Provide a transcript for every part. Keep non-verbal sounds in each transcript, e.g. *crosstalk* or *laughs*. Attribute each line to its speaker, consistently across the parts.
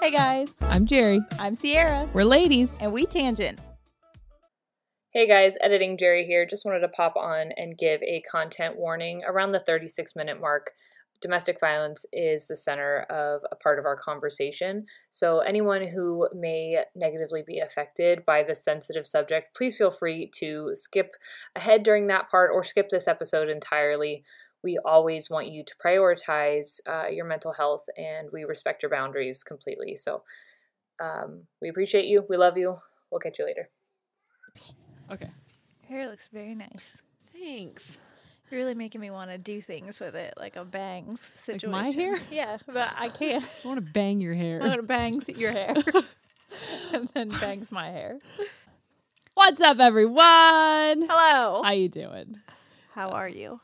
Speaker 1: Hey guys,
Speaker 2: I'm Jerry.
Speaker 1: I'm Sierra,
Speaker 2: We're ladies.
Speaker 1: and we tangent.
Speaker 3: Hey guys, editing Jerry here. Just wanted to pop on and give a content warning around the 36 minute mark. Domestic violence is the center of a part of our conversation. So, anyone who may negatively be affected by this sensitive subject, please feel free to skip ahead during that part or skip this episode entirely. We always want you to prioritize uh, your mental health and we respect your boundaries completely. So, um, we appreciate you. We love you. We'll catch you later.
Speaker 2: Okay.
Speaker 4: Hair looks very nice.
Speaker 2: Thanks.
Speaker 4: You're really making me want to do things with it, like a bangs situation.
Speaker 2: my hair?
Speaker 4: *laughs* Yeah, but I can't.
Speaker 2: *laughs* I want to bang
Speaker 4: *laughs*
Speaker 2: your hair.
Speaker 4: I'm gonna bangs your
Speaker 2: *laughs*
Speaker 4: hair, *laughs* and then bangs my hair.
Speaker 2: What's up, everyone?
Speaker 4: Hello.
Speaker 2: How you doing?
Speaker 4: How are
Speaker 2: *laughs*
Speaker 4: you?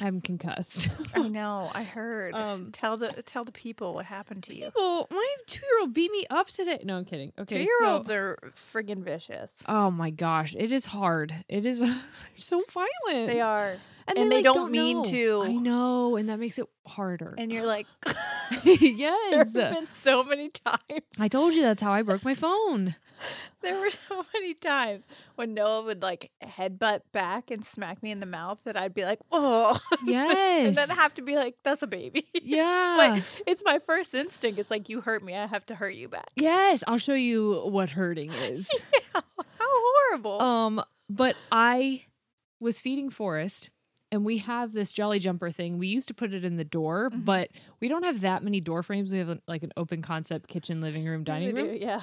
Speaker 2: I'm concussed. *laughs*
Speaker 4: I know. I heard.
Speaker 2: Um,
Speaker 4: tell the tell the people what happened to you.
Speaker 2: People, my two-year-old beat me up today. No, I'm kidding. Okay,
Speaker 4: Two year olds
Speaker 2: so-
Speaker 4: are friggin' vicious.
Speaker 2: Oh my gosh, it is hard. It is *laughs* they're so violent.
Speaker 4: They are,
Speaker 2: and,
Speaker 4: and
Speaker 2: they,
Speaker 4: they
Speaker 2: like,
Speaker 4: don't mean
Speaker 2: know.
Speaker 4: to.
Speaker 2: I know, and that makes it harder.
Speaker 4: and you're like, *laughs* there
Speaker 2: *laughs* yes,
Speaker 4: have been so many times.
Speaker 2: I told you that's how I broke my phone. *laughs*
Speaker 4: There were *laughs* so many times when Noah would like headbutt back and smack me in the mouth that I'd be like, oh.
Speaker 2: Yes.
Speaker 4: *laughs* and then have to be like, that's a baby. *laughs*
Speaker 2: yeah.
Speaker 4: but it's my first instinct. It's like, you hurt me. I have to hurt you back.
Speaker 2: yes, I'll show you what hurting is.
Speaker 4: How horrible.
Speaker 2: Um, but I was feeding Forrest, and we have this jelly jumper thing. We used to put it in the door,
Speaker 4: Mhm.
Speaker 2: but we don't have that many door frames. We have like an open concept kitchen, living room, dining
Speaker 4: We do,
Speaker 2: room,
Speaker 4: Yeah.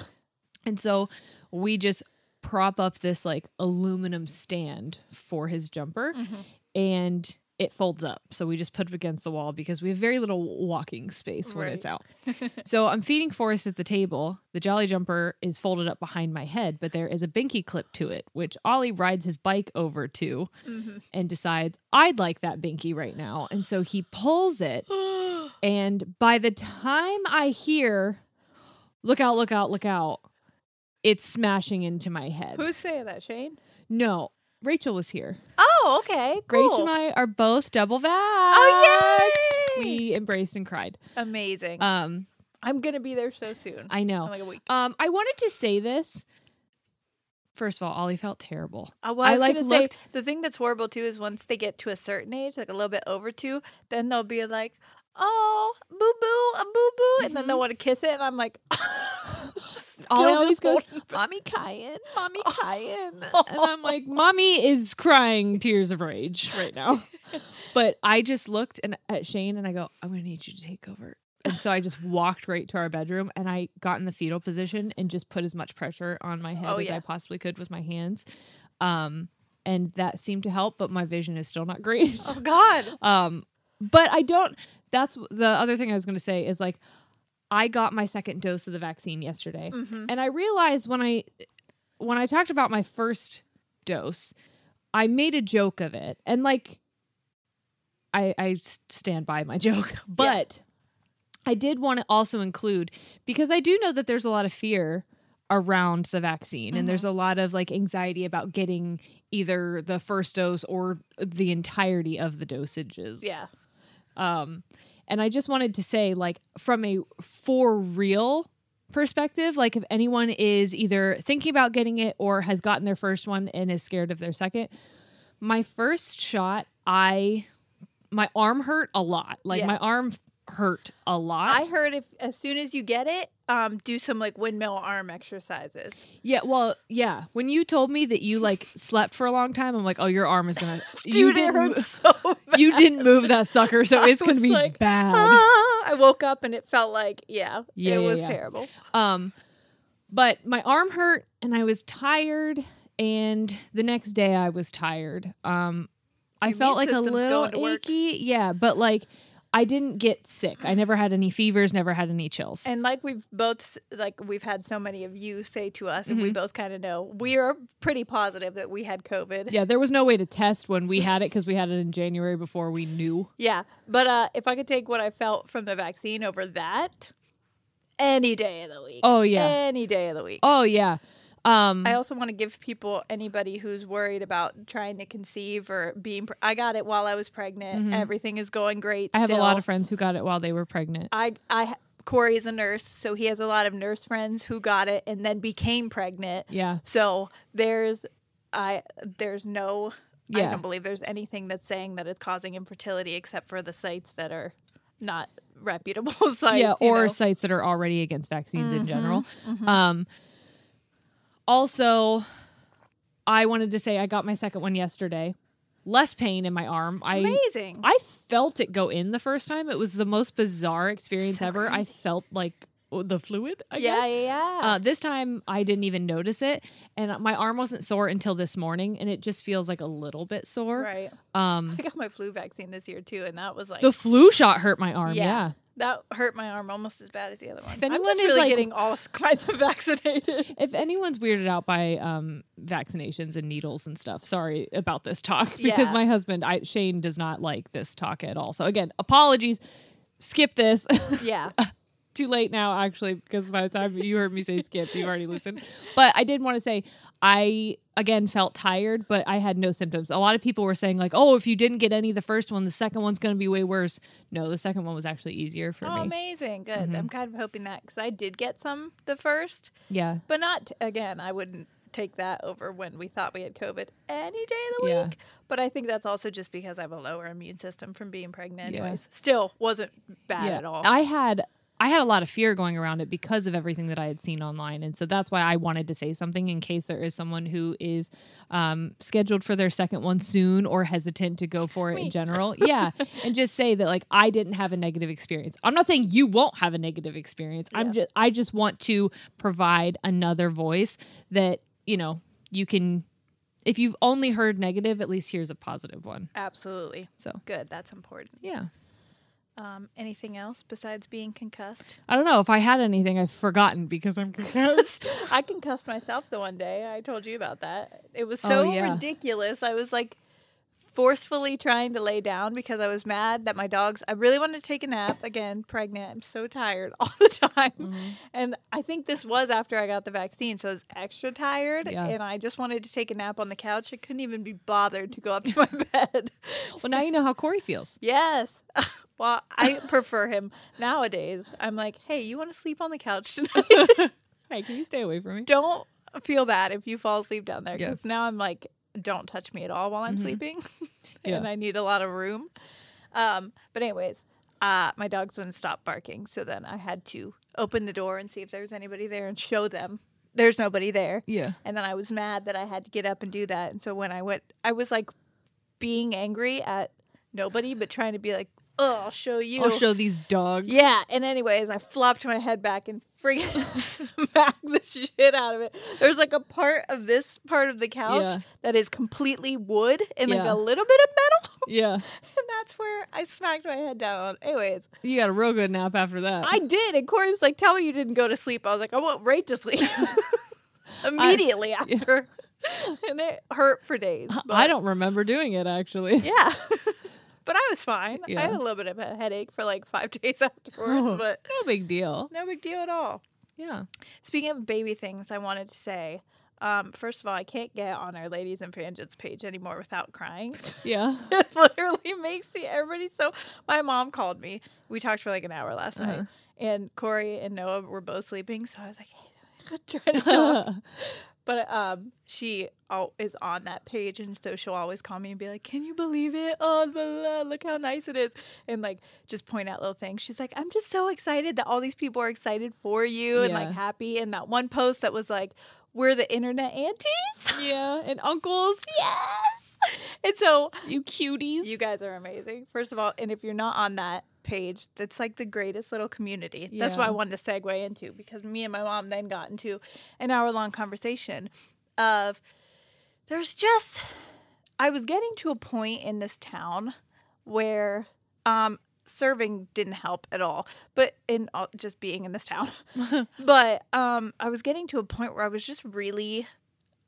Speaker 2: and so we just prop up this like aluminum stand for his jumper, and it folds up. So we just put it against the wall because we have very little walking space when it's out. so I'm feeding Forrest at the table. The Jolly Jumper is folded up behind my head, but there is a binky clip to it, which Ollie rides his bike over to and decides, I'd like that binky right now. And so he pulls it. and by the time I hear, look out, look out, look out, it's smashing into my head.
Speaker 4: Who's saying that, Shane?
Speaker 2: no, Rachel was here.
Speaker 4: Oh, okay.
Speaker 2: Rach
Speaker 4: cool.
Speaker 2: Uh, and I are both double vaxxed.
Speaker 4: Oh, yay!
Speaker 2: We embraced and cried.
Speaker 4: Amazing.
Speaker 2: Um,
Speaker 4: I'm going to be there so soon.
Speaker 2: I know.
Speaker 4: In like a week.
Speaker 2: Um, I wanted to say this. First of all, Ollie felt terrible.
Speaker 4: I was,
Speaker 2: like,
Speaker 4: gonna
Speaker 2: looked-
Speaker 4: say the thing that's horrible too is once they get to a certain age, like a little bit over two, then they'll be like, *laughs* "Oh, boo boo, a boo boo," and then they'll want to kiss it, and I'm like,
Speaker 2: Ollie
Speaker 4: still
Speaker 2: Mm-hmm. always Oh,
Speaker 4: just
Speaker 2: goes,
Speaker 4: holding back. *laughs* "Mommy Cayenne,
Speaker 2: *laughs*
Speaker 4: Mommy Cayenne."
Speaker 2: and I'm like, "Mommy is crying tears of rage right now."
Speaker 4: *laughs*
Speaker 2: but I just looked and at Shane and I go, "I'm gonna need you to take over." And so I just
Speaker 4: *laughs*
Speaker 2: walked right to our bedroom and I got in the fetal position and just put as much pressure on my head
Speaker 4: Oh,
Speaker 2: as
Speaker 4: yeah.
Speaker 2: I possibly could with my hands. Um, and that seemed to help, but my vision is still not *laughs* great.
Speaker 4: Oh God!
Speaker 2: Um, but I don't. That's the other thing I was going to say is like, I got my second dose of the vaccine yesterday, and I realized when I when I talked about my first dose, I made a joke of it, and like, I I s- stand by my *laughs* joke, but I did want to also include because I do know that there's a lot of fear around the vaccine and there's a lot of like anxiety about getting either the first dose or the entirety of the dosages.
Speaker 4: Yeah,
Speaker 2: Um, and I just wanted to say, like, from a for real perspective, like, if anyone is either thinking about getting it or has gotten their first one and is scared of their second, my first shot, I my arm hurt a lot. Like,
Speaker 4: Yeah.
Speaker 2: my arm hurt a lot.
Speaker 4: I heard if as soon as you get it, um, do some like windmill arm
Speaker 2: *laughs*
Speaker 4: exercises. *laughs*
Speaker 2: yeah, well, yeah. When you told me that you like slept for a long time, I'm like, oh, your arm is gonna.
Speaker 4: *laughs*
Speaker 2: you
Speaker 4: Dude, it
Speaker 2: didn't.
Speaker 4: hurts so bad.
Speaker 2: you didn't move that sucker, so
Speaker 4: *laughs* I
Speaker 2: Oh, it's gonna
Speaker 4: was
Speaker 2: be
Speaker 4: like,
Speaker 2: bad.
Speaker 4: Ah, I woke up and it felt like yeah,
Speaker 2: Yeah,
Speaker 4: it
Speaker 2: yeah,
Speaker 4: was
Speaker 2: yeah.
Speaker 4: terrible.
Speaker 2: Um, but my arm hurt and I was tired, and the next day I was tired. Um, I
Speaker 4: Your immune
Speaker 2: felt like a
Speaker 4: system's
Speaker 2: little
Speaker 4: going to work.
Speaker 2: achy, yeah, but like I didn't get sick. I never had any fevers, never had any chills.
Speaker 4: And like we've both s- like we've had so many of you say to us,
Speaker 2: Mm-hmm.
Speaker 4: and we both kind of know we are pretty positive that we had COVID.
Speaker 2: yeah, there was no way to test when we had it because we had it in January before
Speaker 4: *laughs*
Speaker 2: we knew.
Speaker 4: Yeah, but uh, if I could take what I felt from the vaccine over that, any day of the week.
Speaker 2: Oh, yeah.
Speaker 4: any day of the week.
Speaker 2: Oh yeah, um,
Speaker 4: I also want to give people anybody who's worried about trying to conceive or being. Pre- I got it while I was pregnant. Everything is going great.
Speaker 2: Mm-hmm. I have a lot
Speaker 4: still. Uh,
Speaker 2: of friends who got it while they were pregnant.
Speaker 4: I I ha- Corey is a nurse, so he has a lot of nurse friends who got it and then became pregnant.
Speaker 2: Yeah.
Speaker 4: So there's I there's no I
Speaker 2: Yeah.
Speaker 4: don't believe there's anything that's saying that it's causing infertility except for the sites that are not reputable *laughs* sites.
Speaker 2: yeah,
Speaker 4: you
Speaker 2: or
Speaker 4: know? Mm-hmm,
Speaker 2: sites that are already against vaccines in general. Um, also, I wanted to say I got my second one yesterday. Less pain in my arm. I
Speaker 4: amazing.
Speaker 2: I felt it go in the first time. It was the most bizarre experience ever. I felt like the fluid. I
Speaker 4: yeah,
Speaker 2: guess.
Speaker 4: yeah, yeah.
Speaker 2: Uh, this time I didn't even notice it, and uh, my arm wasn't sore until this morning, and it just feels like a little bit sore.
Speaker 4: right.
Speaker 2: Um,
Speaker 4: *laughs* I got my flu vaccine this year too, and that was like
Speaker 2: the flu shot hurt my arm.
Speaker 4: Yeah.
Speaker 2: yeah.
Speaker 4: that hurt my arm almost as bad as the other one. I'm
Speaker 2: anyone
Speaker 4: just
Speaker 2: is,
Speaker 4: really
Speaker 2: like-
Speaker 4: getting all *laughs* kinds of vaccinated.
Speaker 2: *laughs* If anyone's weirded out by um, vaccinations and needles and stuff, sorry about this talk *laughs* because
Speaker 4: Yeah.
Speaker 2: my husband I, Shane does not like this talk at all. So again, apologies. Skip this. *laughs*
Speaker 4: yeah.
Speaker 2: Too late now, actually, because by the time you heard me say skip, you've already listened. But I did want to say I again felt tired, but I had no symptoms. A lot of people were saying like, "Oh, if you didn't get any of the first one, the second one's going to be way worse." No, the second one was actually easier for
Speaker 4: Oh,
Speaker 2: me. Mm-hmm.
Speaker 4: amazing. Good. I'm kind of hoping that because I did get some the first,
Speaker 2: Yeah,
Speaker 4: but not again. I wouldn't take that over when we thought we had COVID any day of the
Speaker 2: Yeah.
Speaker 4: week. But I think that's also just because I have a lower immune system from being pregnant,
Speaker 2: Yeah.
Speaker 4: anyways. Still wasn't bad at all.
Speaker 2: I had I had a lot of fear going around it because of everything that I had seen online, and so that's why I wanted to say something in case there is someone who is um, scheduled for their second one soon or hesitant to go for it in general.
Speaker 4: *laughs*
Speaker 2: Yeah, and just say that like I didn't have a negative experience. I'm not saying you won't have a negative experience. I'm just I just want to provide another voice that you know you can. If you've only heard negative, at least here's a positive one.
Speaker 4: Absolutely.
Speaker 2: So
Speaker 4: Good. That's important.
Speaker 2: yeah.
Speaker 4: Um, anything else besides being concussed?
Speaker 2: I don't know if I had anything I've forgotten because I'm *laughs* concussed.
Speaker 4: *laughs* I concussed myself the one day. I told you about that. It was
Speaker 2: Oh,
Speaker 4: so
Speaker 2: yeah.
Speaker 4: ridiculous. I was like forcefully trying to lay down because I was mad that my dogs. I really wanted to take a nap again, pregnant. I'm so tired *laughs* all the time.
Speaker 2: Mm-hmm.
Speaker 4: And I think this was after I got the vaccine, so I was extra tired
Speaker 2: Yeah.
Speaker 4: and I just wanted to take a nap on the couch. I couldn't even be bothered to go up to my *laughs* bed.
Speaker 2: Well, now you know how Corey feels.
Speaker 4: Yes. *laughs* well, I prefer him nowadays. I'm like, "Hey, you want to sleep on the couch tonight?"
Speaker 2: Hey, can you stay away from me?
Speaker 4: don't feel bad if you fall asleep down there
Speaker 2: Yeah. Mm-hmm.
Speaker 4: because now I'm like, don't touch me at all while I'm sleeping, *laughs* and
Speaker 2: Yeah.
Speaker 4: I need a lot of room. Um, but anyways, uh, my dogs wouldn't stop barking, so then I had to open the door and see if there was anybody there and show them there's nobody there.
Speaker 5: Yeah.
Speaker 4: And then I was mad that I had to get up and do that. And so when I went, I was like being angry at nobody, but trying to be like, oh, I'll show you.
Speaker 2: I'll show these dogs.
Speaker 4: Yeah, and anyways, I flopped my head back and freaking *laughs* smacked the shit out of it. There's like a part of this part of the couch
Speaker 2: Yeah.
Speaker 4: that is completely wood and like
Speaker 2: Yeah.
Speaker 4: a little bit of metal, *laughs*
Speaker 2: Yeah.
Speaker 4: and that's where I smacked my head down. on. Anyways,
Speaker 2: You got a real good nap after that.
Speaker 4: I did, and Corey was like, "Tell me you didn't go to sleep." I was like, "I went right to
Speaker 2: *laughs*
Speaker 4: sleep *laughs* immediately after," *laughs* and it hurt for days. But
Speaker 2: I don't remember doing it actually.
Speaker 4: *laughs* yeah. *laughs* But I was fine.
Speaker 2: Yeah.
Speaker 4: I had a little bit of a headache for like five *laughs* days
Speaker 2: *laughs*
Speaker 4: afterwards, but
Speaker 2: No big deal.
Speaker 4: no big deal at all.
Speaker 2: Yeah.
Speaker 4: Speaking of baby things, I wanted to say, um, first of all, I can't get on our Ladies and Vengeance page anymore without crying. *laughs*
Speaker 2: *laughs* Yeah.
Speaker 4: it literally makes me everybody so. My mom called me. We talked for like an hour last night, and Corey and Noah were both sleeping, so I was like, *laughs* hey, trying
Speaker 2: *laughs*
Speaker 4: to show up. But um, she al- is on that page, and so she'll always call me and be like, "Can you believe it? Oh, blah, blah, blah, look how nice it is!" And like just point out little things. She's like, "I'm just so excited that all these people are excited for you and like
Speaker 2: Yeah.
Speaker 4: happy." And that one post that was like, "We're the internet aunties." *laughs*
Speaker 2: yeah. And uncles,
Speaker 4: yes. And so
Speaker 2: you cuties.
Speaker 4: you guys are amazing. First of all, and if you're not on that page, that's like the greatest little community. That's what I
Speaker 2: Yeah.
Speaker 4: wanted to segue into because me and my mom then got into an hour long conversation of there's just I was getting to a point in this town where um serving didn't help at all but in all, just being in this town but um I was getting to a point where I was just really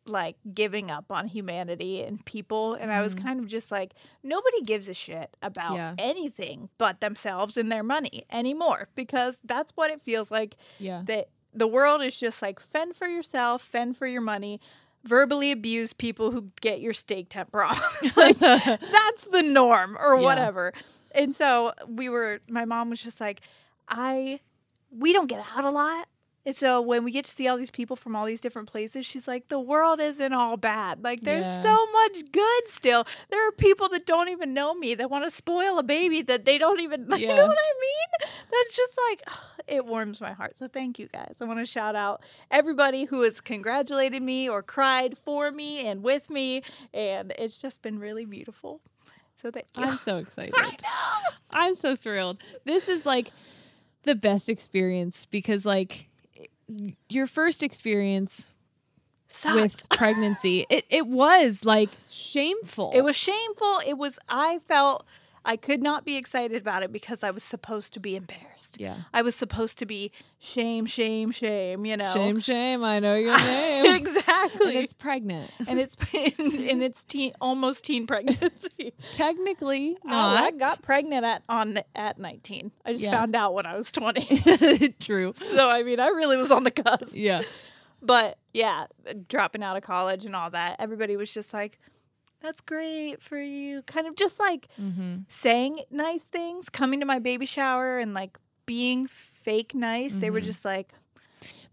Speaker 4: like giving up on humanity and people and I was kind of just like nobody gives a shit about
Speaker 2: Yeah.
Speaker 4: anything but themselves and their money anymore because that's what it feels like
Speaker 2: yeah.
Speaker 4: that the world is just like fend for yourself, fend for your money, verbally abuse people who get your steak temp wrong. *laughs*
Speaker 2: *laughs*
Speaker 4: like, that's the norm or
Speaker 2: Yeah.
Speaker 4: whatever. And so we were, my mom was just like, I, we don't get out a lot. And so when we get to see all these people from all these different places, she's like, the world isn't all bad. Like there's
Speaker 2: Yeah.
Speaker 4: so much good still. There are people that don't even know me that want to spoil a baby that they don't even, *laughs* you
Speaker 2: Yeah.
Speaker 4: know what I mean? That's just like, it warms my heart. So thank you guys. I want to shout out everybody who has congratulated me or cried for me and with me. And it's just been really beautiful. So thank you.
Speaker 2: I'm so excited. I'm so thrilled. This is like the best experience because like your first experience
Speaker 4: Sucked.
Speaker 2: *laughs* with pregnancy, it, it was like shameful.
Speaker 4: It was shameful. It was, I felt I could not be excited about it because I was supposed to be embarrassed.
Speaker 2: Yeah.
Speaker 4: I was supposed to be shame, shame, shame, you know?
Speaker 2: Shame, shame. I know *laughs* your name.
Speaker 4: exactly.
Speaker 2: and
Speaker 4: *laughs*
Speaker 2: it's pregnant.
Speaker 4: and it's *laughs* and it's teen almost teen pregnancy. *laughs*
Speaker 2: Technically
Speaker 4: Oh, I *laughs*
Speaker 2: not.
Speaker 4: got pregnant at on at 19. I just
Speaker 2: Yeah.
Speaker 4: found out when I was
Speaker 2: *laughs*
Speaker 4: 20.
Speaker 2: True.
Speaker 4: *laughs* so I mean, I really was on the cusp.
Speaker 2: Yeah.
Speaker 4: But yeah, dropping out of college and all that. Everybody was just like that's great for you. Kind of just like
Speaker 2: Mm-hmm.
Speaker 4: saying nice things, coming to my baby shower and like being fake nice. They
Speaker 2: Mm-hmm.
Speaker 4: were just like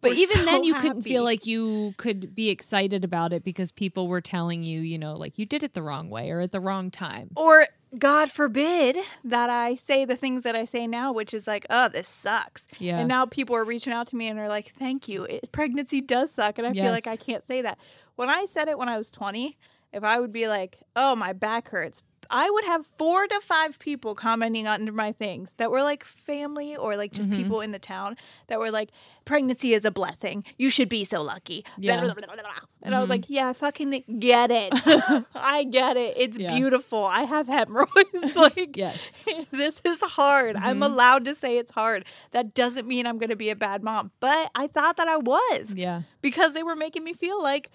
Speaker 2: But
Speaker 4: We're
Speaker 2: even
Speaker 4: so
Speaker 2: then, you couldn't feel
Speaker 4: happy.
Speaker 2: like you could be excited about it because people were telling you, you know, like you did it the wrong way or at the wrong time.
Speaker 4: or God forbid that I say the things that I say now, which is like, oh, this sucks.
Speaker 2: Yeah.
Speaker 4: And now people are reaching out to me and are like, thank you. It, pregnancy does suck. And I feel like
Speaker 2: Yes.
Speaker 4: I can't say that. When I said it when I was 20, if I would be like, oh, my back hurts, I would have four to five people commenting under my things that were like family or like
Speaker 2: Mm-hmm.
Speaker 4: just people in the town that were like, pregnancy is a blessing. You should be so lucky.
Speaker 2: Yeah. Mm-hmm.
Speaker 4: And I was like, yeah, I fucking get
Speaker 2: *laughs*
Speaker 4: it. *laughs* I get it. It's
Speaker 2: Yeah.
Speaker 4: beautiful. I have hemorrhoids. *laughs* like,
Speaker 2: Yes. Mm-hmm.
Speaker 4: this is hard. I'm allowed to say it's hard. That doesn't mean I'm going to be a bad mom, but I thought that I was
Speaker 2: Yeah.
Speaker 4: because they were making me feel like,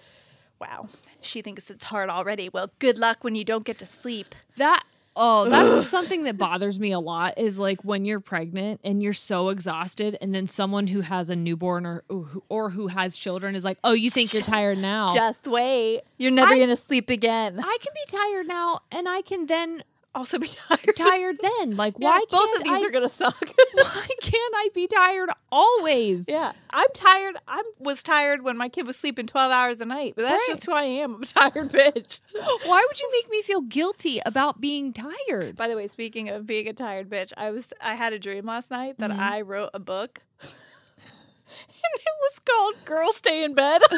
Speaker 4: wow, she thinks it's hard already. Well, good luck when you don't get to sleep.
Speaker 2: That oh, that's something that bothers me a lot is like when you're pregnant and you're so exhausted and then someone who has a newborn or or who has children is like, "Oh, you think you're
Speaker 4: *laughs*
Speaker 2: tired now?"
Speaker 4: Just wait. You're never
Speaker 2: Oh. I-
Speaker 4: going to sleep again. *laughs*
Speaker 2: I can be tired now and I can then
Speaker 4: also be tired. *laughs*
Speaker 2: tired then. Like
Speaker 4: Yeah,
Speaker 2: why
Speaker 4: both
Speaker 2: can't
Speaker 4: of these
Speaker 2: I
Speaker 4: are going to
Speaker 2: *laughs*
Speaker 4: suck.
Speaker 2: why can't I be tired
Speaker 4: *laughs*
Speaker 2: always? *laughs*
Speaker 4: Yeah, I'm tired. I was tired when my kid was sleeping 12 hours a night, but that's
Speaker 2: Right.
Speaker 4: just who I am. I'm a tired *laughs* bitch.
Speaker 2: Why would you make me feel guilty about being tired?
Speaker 4: By the way,
Speaker 2: Mm-hmm.
Speaker 4: speaking of being a tired bitch, I was I had a dream last night that I wrote a book. *laughs* and it was called "Girl Stay in Bed." *laughs*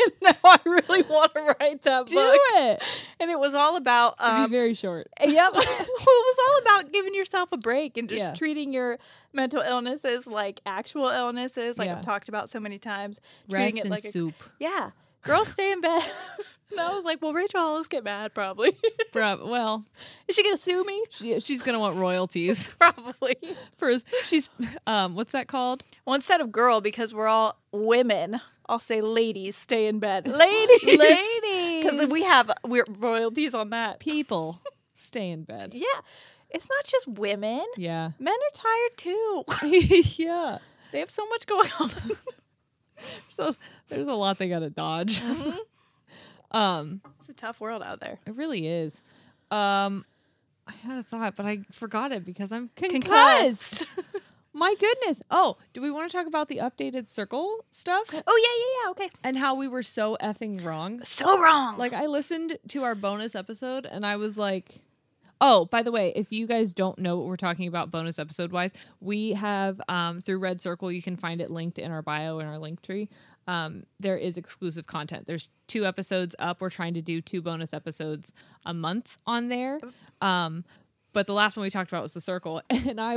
Speaker 4: and now I really want to write that
Speaker 2: Do
Speaker 4: book.
Speaker 2: it.
Speaker 4: And it was all about
Speaker 2: It'd
Speaker 4: um,
Speaker 2: be very short.
Speaker 4: *laughs* yep.
Speaker 2: *laughs*
Speaker 4: well, it was all about giving yourself a break and just
Speaker 2: Yeah.
Speaker 4: treating your mental illnesses like actual illnesses, like
Speaker 2: Yeah.
Speaker 4: I've talked about so many times.
Speaker 2: Rest
Speaker 4: treating it
Speaker 2: and
Speaker 4: like a
Speaker 2: soup.
Speaker 4: yeah, girls stay in bed. *laughs* and I was like, well, Rachel Hollis get mad probably.
Speaker 2: *laughs*
Speaker 4: *laughs*
Speaker 2: Prob- well,
Speaker 4: Is she gonna sue me?
Speaker 2: she, she's gonna want *laughs* royalties
Speaker 4: Probably.
Speaker 2: for. She's um, what's that called?
Speaker 4: Well, instead of girl, because we're all women, I'll say ladies stay in *laughs* bed. Ladies, because
Speaker 2: Ladies,
Speaker 4: we have we're royalties on that.
Speaker 2: people stay in bed.
Speaker 4: Yeah, it's not just women.
Speaker 2: Yeah,
Speaker 4: Men are tired too.
Speaker 2: *laughs*
Speaker 4: *laughs*
Speaker 2: yeah.
Speaker 4: they have so much going on. *laughs*
Speaker 2: So there's a lot they gotta *laughs* dodge. um,
Speaker 4: It's a tough world out there.
Speaker 2: it really is. Um, I had a thought, but I forgot it because I'm concussed. My goodness. Oh, do we want to talk about the updated circle stuff
Speaker 4: *laughs* Oh yeah, yeah, yeah. Okay.
Speaker 2: and how we were so effing wrong?
Speaker 4: So wrong.
Speaker 2: Like I listened to our bonus episode and I was like, "Oh, by the way, if you guys don't know what we're talking about bonus episode wise, we have um through Red Circle, you can find it linked in our bio in our link tree. Um there is exclusive content. There's two episodes up. We're trying to do two bonus episodes a month on there. Um but the last one we talked about was the circle *laughs* and I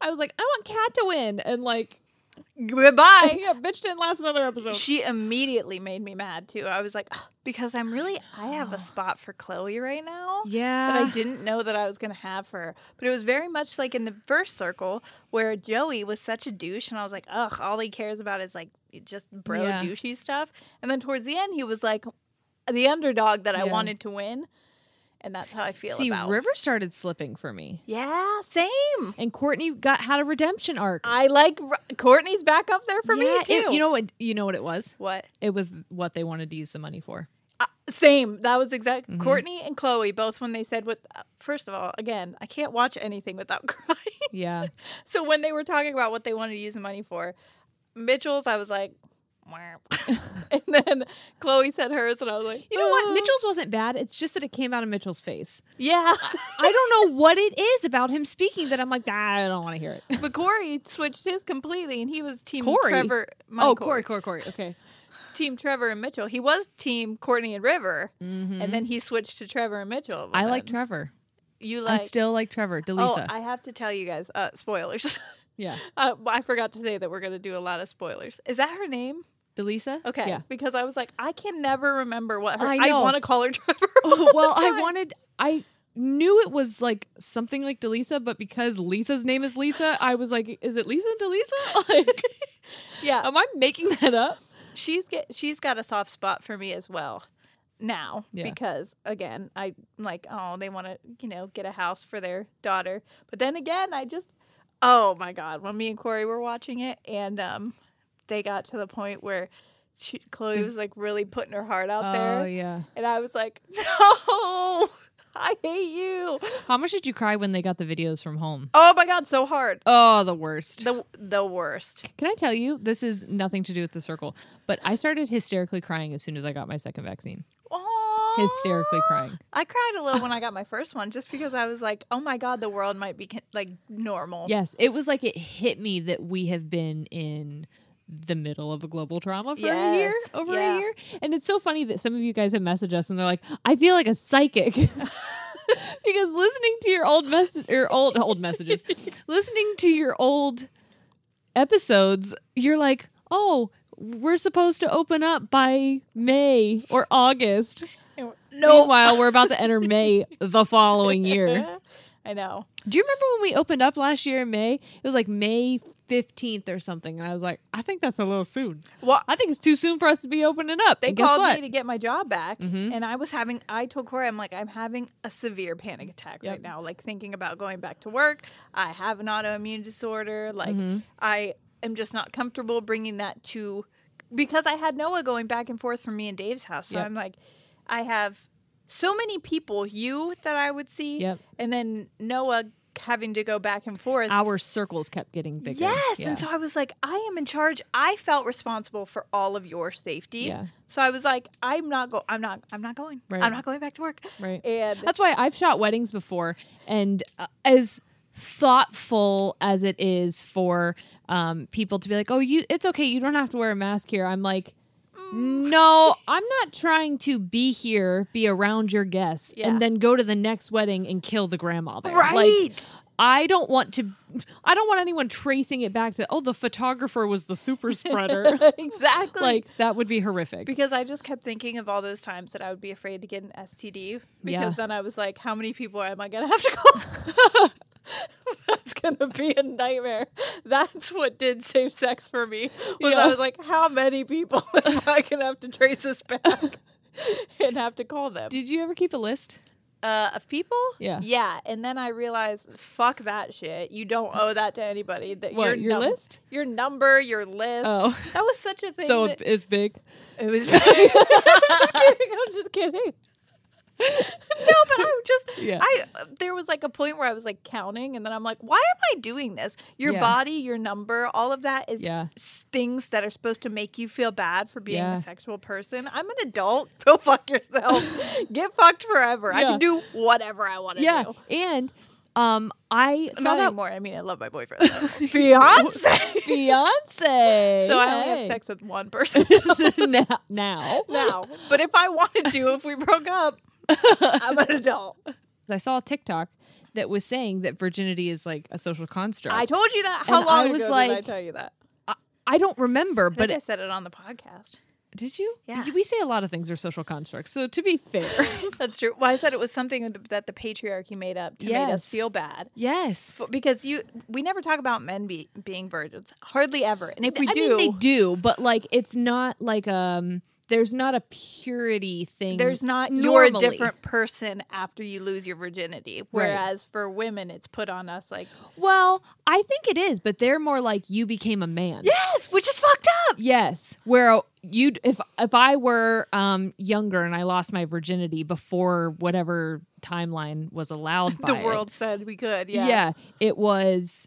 Speaker 2: I was like, "I want Kat to win." And like,
Speaker 4: *laughs* Goodbye.
Speaker 2: *laughs* yeah, bitch didn't last another episode.
Speaker 4: She immediately made me mad too. I was like, "Ugh," because I'm really I have *sighs* a spot for Chloe right now.
Speaker 2: Yeah.
Speaker 4: That I didn't know that I was gonna have for her. But it was very much like in the first circle where Joey was such a douche and I was like, ugh, all he cares about is like just bro
Speaker 2: Yeah.
Speaker 4: douchey stuff. And then towards the end he was like the underdog that I
Speaker 2: Yeah.
Speaker 4: wanted to win. And that's how I feel
Speaker 2: See,
Speaker 4: about
Speaker 2: River started slipping for me.
Speaker 4: Yeah, same.
Speaker 2: and Courtney got had a redemption arc
Speaker 4: I like R- Courtney's back up there for
Speaker 2: Yeah,
Speaker 4: me
Speaker 2: it-
Speaker 4: too.
Speaker 2: you know what? You know what it was?
Speaker 4: what?
Speaker 2: It was what they wanted to use the money *laughs* for.
Speaker 4: Same. That was exact.
Speaker 2: Mm-hmm.
Speaker 4: Courtney and Chloe both when they said what. uh, First of all, again, I can't watch anything without *laughs* crying.
Speaker 2: Yeah,
Speaker 4: so when they were talking about what they wanted to use the money for, Mitchell's, I was like, "Wah." *laughs* and then Chloe said hers, and I was like,
Speaker 2: you know
Speaker 4: "Uh,
Speaker 2: what? Mitchell's wasn't bad. It's just that it came out of Mitchell's *laughs* face.
Speaker 4: Yeah.
Speaker 2: I don't know what it is about him speaking that I'm like, "Ah, I don't want to *laughs* hear
Speaker 4: *laughs*
Speaker 2: it.
Speaker 4: but Corey switched his completely, and he was team
Speaker 2: Corey?
Speaker 4: Trevor. my
Speaker 2: oh, Corey, Corey, Corey. Okay,
Speaker 4: Team Trevor and Mitchell. He was team Courtney and River, and then he switched to Trevor and Mitchell.
Speaker 2: I
Speaker 4: But
Speaker 2: like
Speaker 4: then
Speaker 2: Trevor.
Speaker 4: you like.
Speaker 2: I still like Trevor.
Speaker 4: oh,
Speaker 2: Delisa.
Speaker 4: I have to tell you guys. Uh, spoilers. *laughs*
Speaker 2: yeah,
Speaker 4: Uh, I forgot to say that we're going to do a lot of spoilers. Is that her name?
Speaker 2: Delisa.
Speaker 4: Okay.
Speaker 2: Yeah.
Speaker 4: Because I was like, I can never remember what her.
Speaker 2: I
Speaker 4: I,
Speaker 2: know. Oh.
Speaker 4: want to call her *laughs*
Speaker 2: *laughs*
Speaker 4: Trevor.
Speaker 2: well, I wanted. I knew it was like something like Delisa, but because Lisa's name is Lisa, I was like, is it Lisa and Delisa? *laughs* Like,
Speaker 4: yeah.
Speaker 2: am I making that up?
Speaker 4: she's get she's got a soft spot for me as well now
Speaker 2: Yeah.
Speaker 4: because again i'm like oh they want to you know get a house for their daughter but then again i just oh my god when me and corey were watching it and um they got to the point where she, chloe was like really putting her heart out
Speaker 2: Oh
Speaker 4: there
Speaker 2: yeah.
Speaker 4: and i was like *laughs* no i hate you
Speaker 2: How much did you cry when they got the videos from home?
Speaker 4: oh my god so hard
Speaker 2: Oh, the worst.
Speaker 4: the the worst
Speaker 2: Can I tell you, this is nothing to do with the circle, but I started hysterically crying as soon as I got my second vaccine.
Speaker 4: Aw.
Speaker 2: Hysterically crying.
Speaker 4: I cried a little when
Speaker 2: *laughs*
Speaker 4: I got my first one just because I was like, oh my God, the world might be like normal.
Speaker 2: Yes, it was like it hit me that we have been in the middle of a global trauma for a year,
Speaker 4: Yes,
Speaker 2: over
Speaker 4: yeah.
Speaker 2: a year. And it's so funny that some of you guys have messaged us and they're like, I feel like a psychic. *laughs* because listening to your old message or old old
Speaker 4: *laughs*
Speaker 2: messages, listening to your old episodes, you're like, "Oh, we're supposed to open up by May or August."
Speaker 4: *laughs* No.
Speaker 2: Meanwhile, we're about to enter May the
Speaker 4: *laughs*
Speaker 2: following year.
Speaker 4: I know.
Speaker 2: Do you remember when we opened up last year in May? It was like May 15th or something. And I was like, I think that's a little soon.
Speaker 4: Well,
Speaker 2: I think it's too soon for us to be opening up.
Speaker 4: they
Speaker 2: And guess
Speaker 4: called
Speaker 2: what? Mm-hmm.
Speaker 4: me to get my job back, and I was having, I told Corey, I'm like, I'm having a severe panic attack right
Speaker 2: Yep.
Speaker 4: now, like thinking about going back to work. I have an autoimmune disorder. Like,
Speaker 2: Mm-hmm.
Speaker 4: I am just not comfortable bringing that to, because I had Noah going back and forth from me and Dave's house. So
Speaker 2: Yep.
Speaker 4: I'm like, I have so many people, you that I would see,
Speaker 2: Yep.
Speaker 4: and then Noah having to go back and forth.
Speaker 2: Our circles kept getting bigger.
Speaker 4: Yes.
Speaker 2: Yeah.
Speaker 4: And so I was like, I am in charge. I felt responsible for all of your safety.
Speaker 2: Yeah.
Speaker 4: So I was like, I'm not go I'm not I'm not going.
Speaker 2: Right.
Speaker 4: I'm not going back to work.
Speaker 2: Right.
Speaker 4: *laughs* And
Speaker 2: That's why I've shot weddings before. And uh, as thoughtful as it is for um, people to be like, "Oh, you, it's okay. You don't have to wear a mask here." I'm like,
Speaker 4: Mm.
Speaker 2: "No, I'm not trying to be here, be around your guests,
Speaker 4: Yeah.
Speaker 2: and then go to the next wedding and kill the grandma there."
Speaker 4: Right.
Speaker 2: Like, I don't want to. I don't want anyone tracing it back to. Oh, the photographer was the super spreader.
Speaker 4: *laughs* exactly.
Speaker 2: like that would be horrific.
Speaker 4: because I just kept thinking of all those times that I would be afraid to get an STD because
Speaker 2: Yeah.
Speaker 4: then I was like, how many people am I gonna have to
Speaker 2: *laughs*
Speaker 4: call? *laughs* That's gonna be a nightmare. That's what did safe sex for me. Was I
Speaker 2: Yeah.
Speaker 4: was like, how many people *laughs* am I gonna have to trace this back *laughs* and have to call them?
Speaker 2: Did you ever keep a list?
Speaker 4: uh, of people.
Speaker 2: Yeah.
Speaker 4: yeah. And then I realized, fuck that shit. You don't owe that to anybody. That
Speaker 2: What, your
Speaker 4: num-
Speaker 2: list?
Speaker 4: your number, your list.
Speaker 2: Oh.
Speaker 4: that was such a thing.
Speaker 2: So
Speaker 4: that-
Speaker 2: it's big.
Speaker 4: it was. I'm just kidding. I'm just kidding. *laughs*
Speaker 2: *laughs*
Speaker 4: no, but I'm just.
Speaker 2: Yeah.
Speaker 4: I there was like a point where I was like counting, and then I'm like, why am I doing this? Your
Speaker 2: Yeah.
Speaker 4: body, your number, all of that is
Speaker 2: Yeah.
Speaker 4: s- things that are supposed to make you feel bad for being
Speaker 2: Yeah.
Speaker 4: a sexual person. I'm an adult. *laughs* Go fuck
Speaker 2: *laughs*
Speaker 4: yourself. Get fucked forever. I
Speaker 2: Yeah.
Speaker 4: can do whatever I want to
Speaker 2: Yeah,
Speaker 4: do.
Speaker 2: and um, I saw
Speaker 4: Not
Speaker 2: that
Speaker 4: anymore. I mean, I love my boyfriend.
Speaker 2: *laughs*
Speaker 4: though. Fiance.
Speaker 2: Beyonce.
Speaker 4: So I only have
Speaker 2: Hey. *laughs*
Speaker 4: sex with one person
Speaker 2: now, now.
Speaker 4: now. But if I wanted to, if we broke
Speaker 2: *laughs*
Speaker 4: up, I'm an adult.
Speaker 2: I saw a TikTok that was saying that virginity is like a social construct.
Speaker 4: I told you that. How
Speaker 2: And
Speaker 4: long
Speaker 2: I was
Speaker 4: ago did I
Speaker 2: like-
Speaker 4: tell you that?
Speaker 2: I don't remember,
Speaker 4: But
Speaker 2: but
Speaker 4: I said it on the podcast.
Speaker 2: did you?
Speaker 4: Yeah.
Speaker 2: We say a lot of things are social constructs. So to
Speaker 4: *laughs*
Speaker 2: be fair,
Speaker 4: That's true. Well, I said it was something that the patriarchy made up to make us
Speaker 2: Yes.
Speaker 4: feel bad.
Speaker 2: yes.
Speaker 4: F- because you we never talk about men be, being virgins hardly ever and if we
Speaker 2: I
Speaker 4: do,
Speaker 2: mean, they do, but like it's not like um. There's not a purity thing.
Speaker 4: there's not
Speaker 2: normally.
Speaker 4: you're a different person after you lose your virginity whereas for women it's put on us like
Speaker 2: Well, I think it is, but they're more like you became a man.
Speaker 4: yes which is fucked up
Speaker 2: Yes, where you if if I were um younger and I lost my virginity before whatever timeline was allowed
Speaker 4: *laughs*
Speaker 2: by
Speaker 4: the
Speaker 2: it,
Speaker 4: world said we could
Speaker 2: yeah.
Speaker 4: yeah
Speaker 2: it was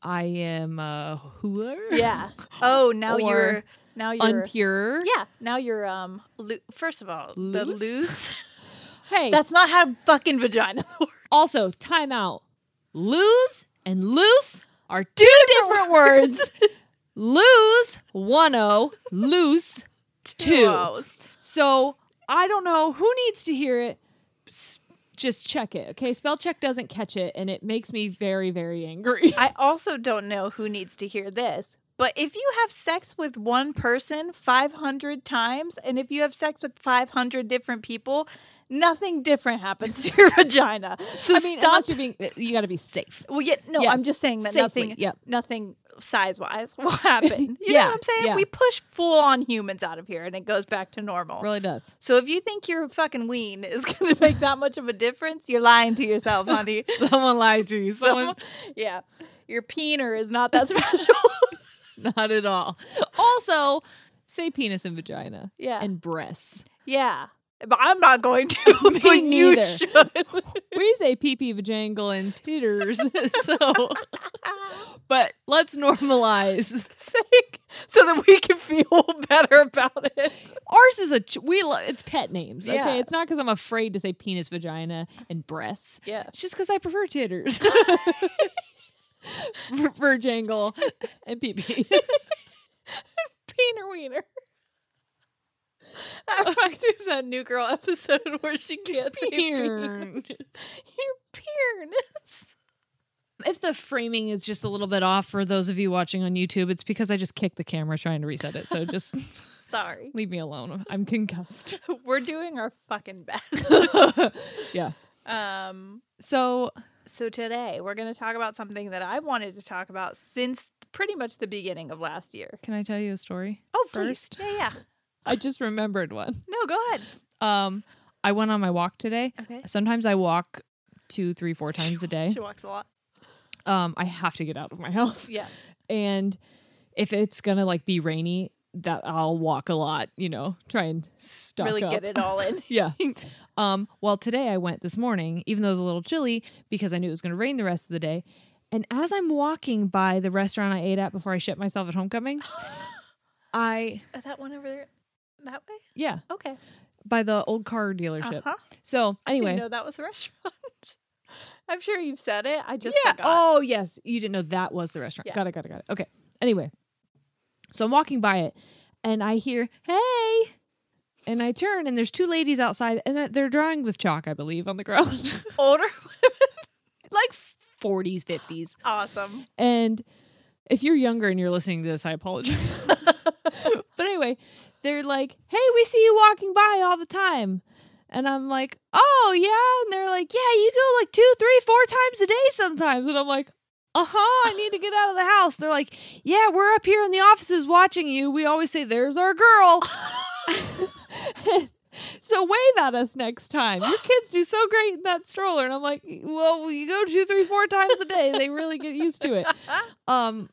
Speaker 2: I am a hooer,
Speaker 4: yeah *laughs* oh now
Speaker 2: Or
Speaker 4: you're now you're
Speaker 2: unpure.
Speaker 4: yeah now you're um loo- first of all the
Speaker 2: Loose? *laughs*
Speaker 4: loose
Speaker 2: Hey,
Speaker 4: that's not how fucking *laughs* vaginas work
Speaker 2: also time out. Lose and loose are two different words.
Speaker 4: *laughs*
Speaker 2: Lose one o, loose two.
Speaker 4: Gross.
Speaker 2: So I don't know who needs to hear it. S- Just check it, okay? Spell check doesn't catch it, and it makes me very, very angry. *laughs*
Speaker 4: I also don't know who needs to hear this, but if you have sex with one person 500 times, and if you have sex with 500 different people, nothing different happens to your *laughs* vagina. So
Speaker 2: I mean,
Speaker 4: stop.
Speaker 2: unless you're being, uh, you got to be safe.
Speaker 4: well, yeah, no, I'm
Speaker 2: Yes,
Speaker 4: just saying that
Speaker 2: safely,
Speaker 4: nothing,
Speaker 2: yep.
Speaker 4: nothing size wise *laughs*
Speaker 2: *laughs*
Speaker 4: will happen. You know
Speaker 2: Yeah,
Speaker 4: what I'm saying?
Speaker 2: yeah.
Speaker 4: We push full on humans out of here, and it goes back to normal.
Speaker 2: Really does. *laughs*
Speaker 4: So if you think your fucking ween is *laughs* going to make that much of a difference, you're lying to yourself,
Speaker 2: *laughs*
Speaker 4: honey.
Speaker 2: Someone lied to
Speaker 4: *laughs*
Speaker 2: you. Someone,
Speaker 4: yeah, your peener is not
Speaker 2: *laughs*
Speaker 4: that special.
Speaker 2: not at all. Also, say penis and vagina.
Speaker 4: Yeah.
Speaker 2: And breasts.
Speaker 4: Yeah. But I'm not going to.
Speaker 2: *laughs*
Speaker 4: but you
Speaker 2: neither.
Speaker 4: should. *laughs*
Speaker 2: We say pee pee, vajangle, and titters. *laughs* so, but let's normalize
Speaker 4: *laughs* Sake, so that we can feel better about it.
Speaker 2: Ours is a ch- we lo- it's pet names. Okay,
Speaker 4: Yeah.
Speaker 2: it's not because I'm afraid to say penis, vagina, and breasts.
Speaker 4: Yeah.
Speaker 2: it's just because I
Speaker 4: *laughs*
Speaker 2: prefer titters, Vir- virjangle, and
Speaker 4: *laughs*
Speaker 2: pee pee.
Speaker 4: Peener wiener. *laughs* That reminds me of that new girl episode *laughs* where she can't say peen. Your peerness. *laughs*
Speaker 2: If the framing is just a little bit off for those of you watching on YouTube, it's because I just kicked the camera trying to reset it. So just
Speaker 4: Sorry.
Speaker 2: leave me alone.
Speaker 4: *laughs*
Speaker 2: I'm concussed.
Speaker 4: We're doing our fucking best. *laughs*
Speaker 2: Yeah.
Speaker 4: Um
Speaker 2: So
Speaker 4: so today we're going to talk about something that I wanted to talk about since pretty much the beginning of last year.
Speaker 2: can I tell you a story?
Speaker 4: Oh, please.
Speaker 2: first,
Speaker 4: Yeah, yeah.
Speaker 2: I just remembered one.
Speaker 4: No, go *laughs* ahead.
Speaker 2: Um, I went on my walk today.
Speaker 4: Okay.
Speaker 2: Sometimes I walk two, three, four times a day.
Speaker 4: She walks a lot.
Speaker 2: Um, I have to get out of my house,
Speaker 4: Yeah.
Speaker 2: and if it's gonna like be rainy, that I'll walk a lot. You know, try and stock
Speaker 4: really
Speaker 2: up.
Speaker 4: get it all in.
Speaker 2: Yeah. *laughs* Um, well, today I went this morning, even though it was a little chilly because I knew it was going to rain the rest of the day. And as I'm walking by the restaurant I ate at before I shit myself at homecoming,
Speaker 4: *laughs*
Speaker 2: I
Speaker 4: *laughs* Is that one over there? That way?
Speaker 2: yeah
Speaker 4: Okay.
Speaker 2: by the old car dealership.
Speaker 4: Uh-huh.
Speaker 2: So
Speaker 4: Didn't *laughs*
Speaker 2: anyway,
Speaker 4: know that was a restaurant. I'm sure you've said it. I just
Speaker 2: yeah.
Speaker 4: forgot.
Speaker 2: Oh yes, you didn't know that was the restaurant.
Speaker 4: Yeah.
Speaker 2: Got it. Got it. Got it. Okay. Anyway, so I'm walking by it, and I hear "Hey," and I turn, and there's two ladies outside, and they're drawing with chalk, I believe, on the ground, *laughs*
Speaker 4: *laughs* Older
Speaker 2: like 40s, 50s.
Speaker 4: awesome.
Speaker 2: And if you're younger and you're listening to this, I apologize. *laughs* but anyway, they're like, "Hey, we see you walking by all the time." And I'm like, "Oh, yeah." And they're like, "Yeah, you go like 2, 3, 4 times a day sometimes." And I'm like, "Uh-huh, I need to get out of the house." They're like, "Yeah, we're up here in the offices watching you. We always say there's our girl." *laughs* So wave at us next time. Your kids do so great in that stroller, and I'm like, well, you go two, three, four times a day. They really get used
Speaker 4: *laughs*
Speaker 2: to it. Um.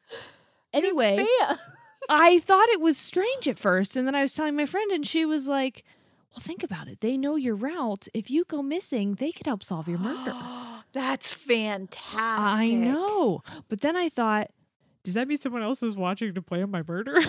Speaker 2: Anyway,
Speaker 4: Yeah.
Speaker 2: I thought it was strange at first, and then I was telling my friend, and she was like, "Well, think about it. They know your route. If you go missing, they could help solve
Speaker 4: *gasps*
Speaker 2: your murder."
Speaker 4: That's fantastic.
Speaker 2: I know, but then I thought, does that mean someone else is watching to plan my murder?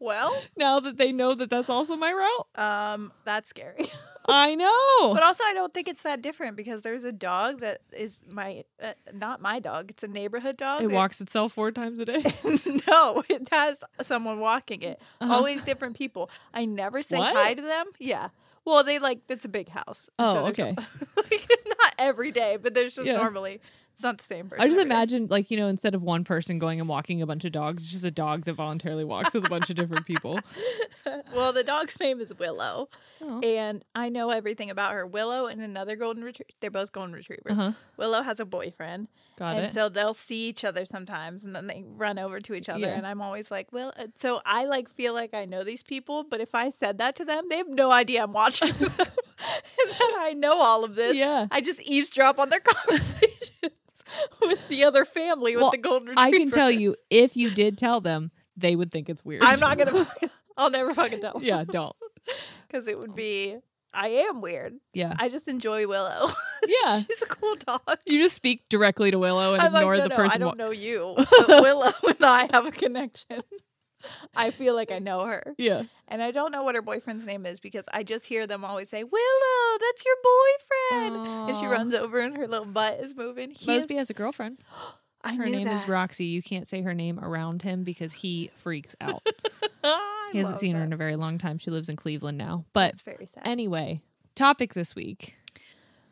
Speaker 4: Well,
Speaker 2: *laughs* now that they know that that's also my route,
Speaker 4: um, that's scary.
Speaker 2: I know.
Speaker 4: But also, I don't think it's that different because there's a dog that is my, uh, not my dog. It's a neighborhood dog.
Speaker 2: it walks itself four times a *laughs* day.
Speaker 4: *laughs* no, it has someone walking it.
Speaker 2: Uh-huh.
Speaker 4: Always different people. I never say
Speaker 2: What?
Speaker 4: hi to them. Yeah. Well, they like it's a big house. and
Speaker 2: Oh,
Speaker 4: there's a-
Speaker 2: okay.
Speaker 4: *laughs* like, not every day, but there's just
Speaker 2: Yeah.
Speaker 4: normally it's not the same person.
Speaker 2: I just
Speaker 4: every day.
Speaker 2: imagine, like, you know, instead of one person going and walking a bunch of dogs, it's just a dog that voluntarily walks with a bunch of different
Speaker 4: *laughs*
Speaker 2: people.
Speaker 4: well, the dog's name is Willow,
Speaker 2: Oh.
Speaker 4: and I know everything about her. Willow and another golden retriever. They're both golden retrievers.
Speaker 2: Uh-huh.
Speaker 4: Willow has a boyfriend,
Speaker 2: Got
Speaker 4: and
Speaker 2: it.
Speaker 4: so they'll see each other sometimes, and then they run over to each other.
Speaker 2: Yeah.
Speaker 4: And I'm always like, "Well," uh," so I like feel like I know these people, but if I said that to them, they have no idea I'm
Speaker 2: *laughs*
Speaker 4: watching *laughs* them, and that I know all of this.
Speaker 2: Yeah.
Speaker 4: I just eavesdrop on their *laughs* conversations *laughs* with the other family
Speaker 2: Well,
Speaker 4: with the golden retriever.
Speaker 2: I can tell you, if you did tell them, they would think it's
Speaker 4: *laughs*
Speaker 2: weird.
Speaker 4: I'm not gonna. *laughs* I'll never fucking tell.
Speaker 2: *laughs* yeah, don't.
Speaker 4: because it would be. I am weird.
Speaker 2: Yeah.
Speaker 4: I just enjoy Willow.
Speaker 2: *laughs*
Speaker 4: *laughs*
Speaker 2: Yeah.
Speaker 4: she's a cool dog.
Speaker 2: You just speak directly to Willow and
Speaker 4: I'm like,
Speaker 2: ignore
Speaker 4: no,
Speaker 2: the
Speaker 4: no, I
Speaker 2: person.
Speaker 4: don't
Speaker 2: wa-
Speaker 4: know
Speaker 2: *laughs*
Speaker 4: you, but Willow *laughs* and I have a connection. *laughs* I feel like I know her,
Speaker 2: Yeah.
Speaker 4: and I don't know what her boyfriend's name is because I just hear them always say, "Willow, that's your boyfriend," and she
Speaker 2: Aw.
Speaker 4: runs over and her little butt is moving. He is-
Speaker 2: Mosby has a girlfriend.
Speaker 4: I
Speaker 2: Her
Speaker 4: knew
Speaker 2: name
Speaker 4: *laughs*
Speaker 2: is
Speaker 4: that.
Speaker 2: Roxy. You can't say her name around him because he
Speaker 4: *laughs*
Speaker 2: freaks out.
Speaker 4: Ah, I
Speaker 2: he hasn't
Speaker 4: love
Speaker 2: seen her
Speaker 4: that.
Speaker 2: in a very long time. She lives in Cleveland now. But
Speaker 4: That's very sad.
Speaker 2: anyway, topic this week.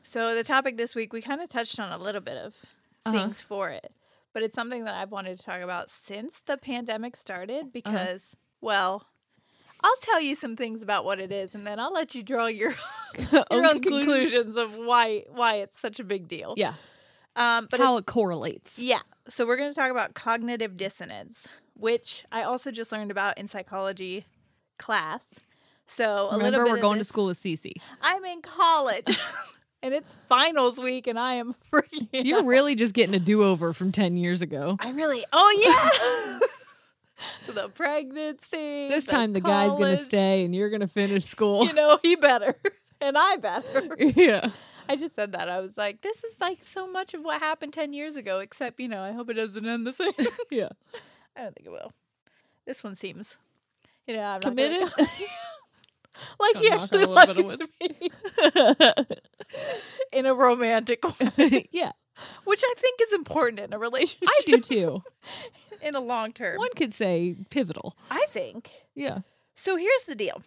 Speaker 4: So the topic this week we kind of touched on a little bit of
Speaker 2: Uh-huh.
Speaker 4: things for it, but it's something that I've wanted to talk about since the pandemic started
Speaker 2: Uh-huh.
Speaker 4: because well, I'll tell you some things about what it is and then I'll let you draw your *laughs*
Speaker 2: *laughs*
Speaker 4: your own conclusions of why why it's such a big *laughs* deal.
Speaker 2: Yeah.
Speaker 4: Um but
Speaker 2: How
Speaker 4: it's,
Speaker 2: it correlates.
Speaker 4: yeah. So we're going to talk about cognitive dissonance, which I also just learned about in psychology class. So a little
Speaker 2: Remember,
Speaker 4: bit
Speaker 2: we're
Speaker 4: of
Speaker 2: going to
Speaker 4: this-
Speaker 2: school with
Speaker 4: *laughs*
Speaker 2: Cece.
Speaker 4: I'm in college. *laughs* And it's finals week, and I am freaking.
Speaker 2: You're really just getting a do over from 10 years ago.
Speaker 4: I really. Oh yeah. *laughs* the pregnancy.
Speaker 2: This time the guy's going to
Speaker 4: college,
Speaker 2: stay and you're going
Speaker 4: *laughs*
Speaker 2: to finish school.
Speaker 4: You know, he better, *laughs* and I better.
Speaker 2: *laughs* yeah.
Speaker 4: I just said that. I was like, this is like so much of what happened ten years ago. Except, you know, I hope it doesn't end the same.
Speaker 2: *laughs* Yeah.
Speaker 4: I don't think it will. This one seems, you know, I'm not gonna-
Speaker 2: Committed?
Speaker 4: *laughs* like he
Speaker 2: Gonna knock
Speaker 4: actually
Speaker 2: on a little
Speaker 4: likes
Speaker 2: bit of
Speaker 4: me *laughs* in a romantic
Speaker 2: *laughs*
Speaker 4: way,
Speaker 2: yeah.
Speaker 4: *laughs* which I think is important in a relationship.
Speaker 2: I do too.
Speaker 4: *laughs* in a long term.
Speaker 2: One could say pivotal.
Speaker 4: I think.
Speaker 2: Yeah.
Speaker 4: So here's the deal.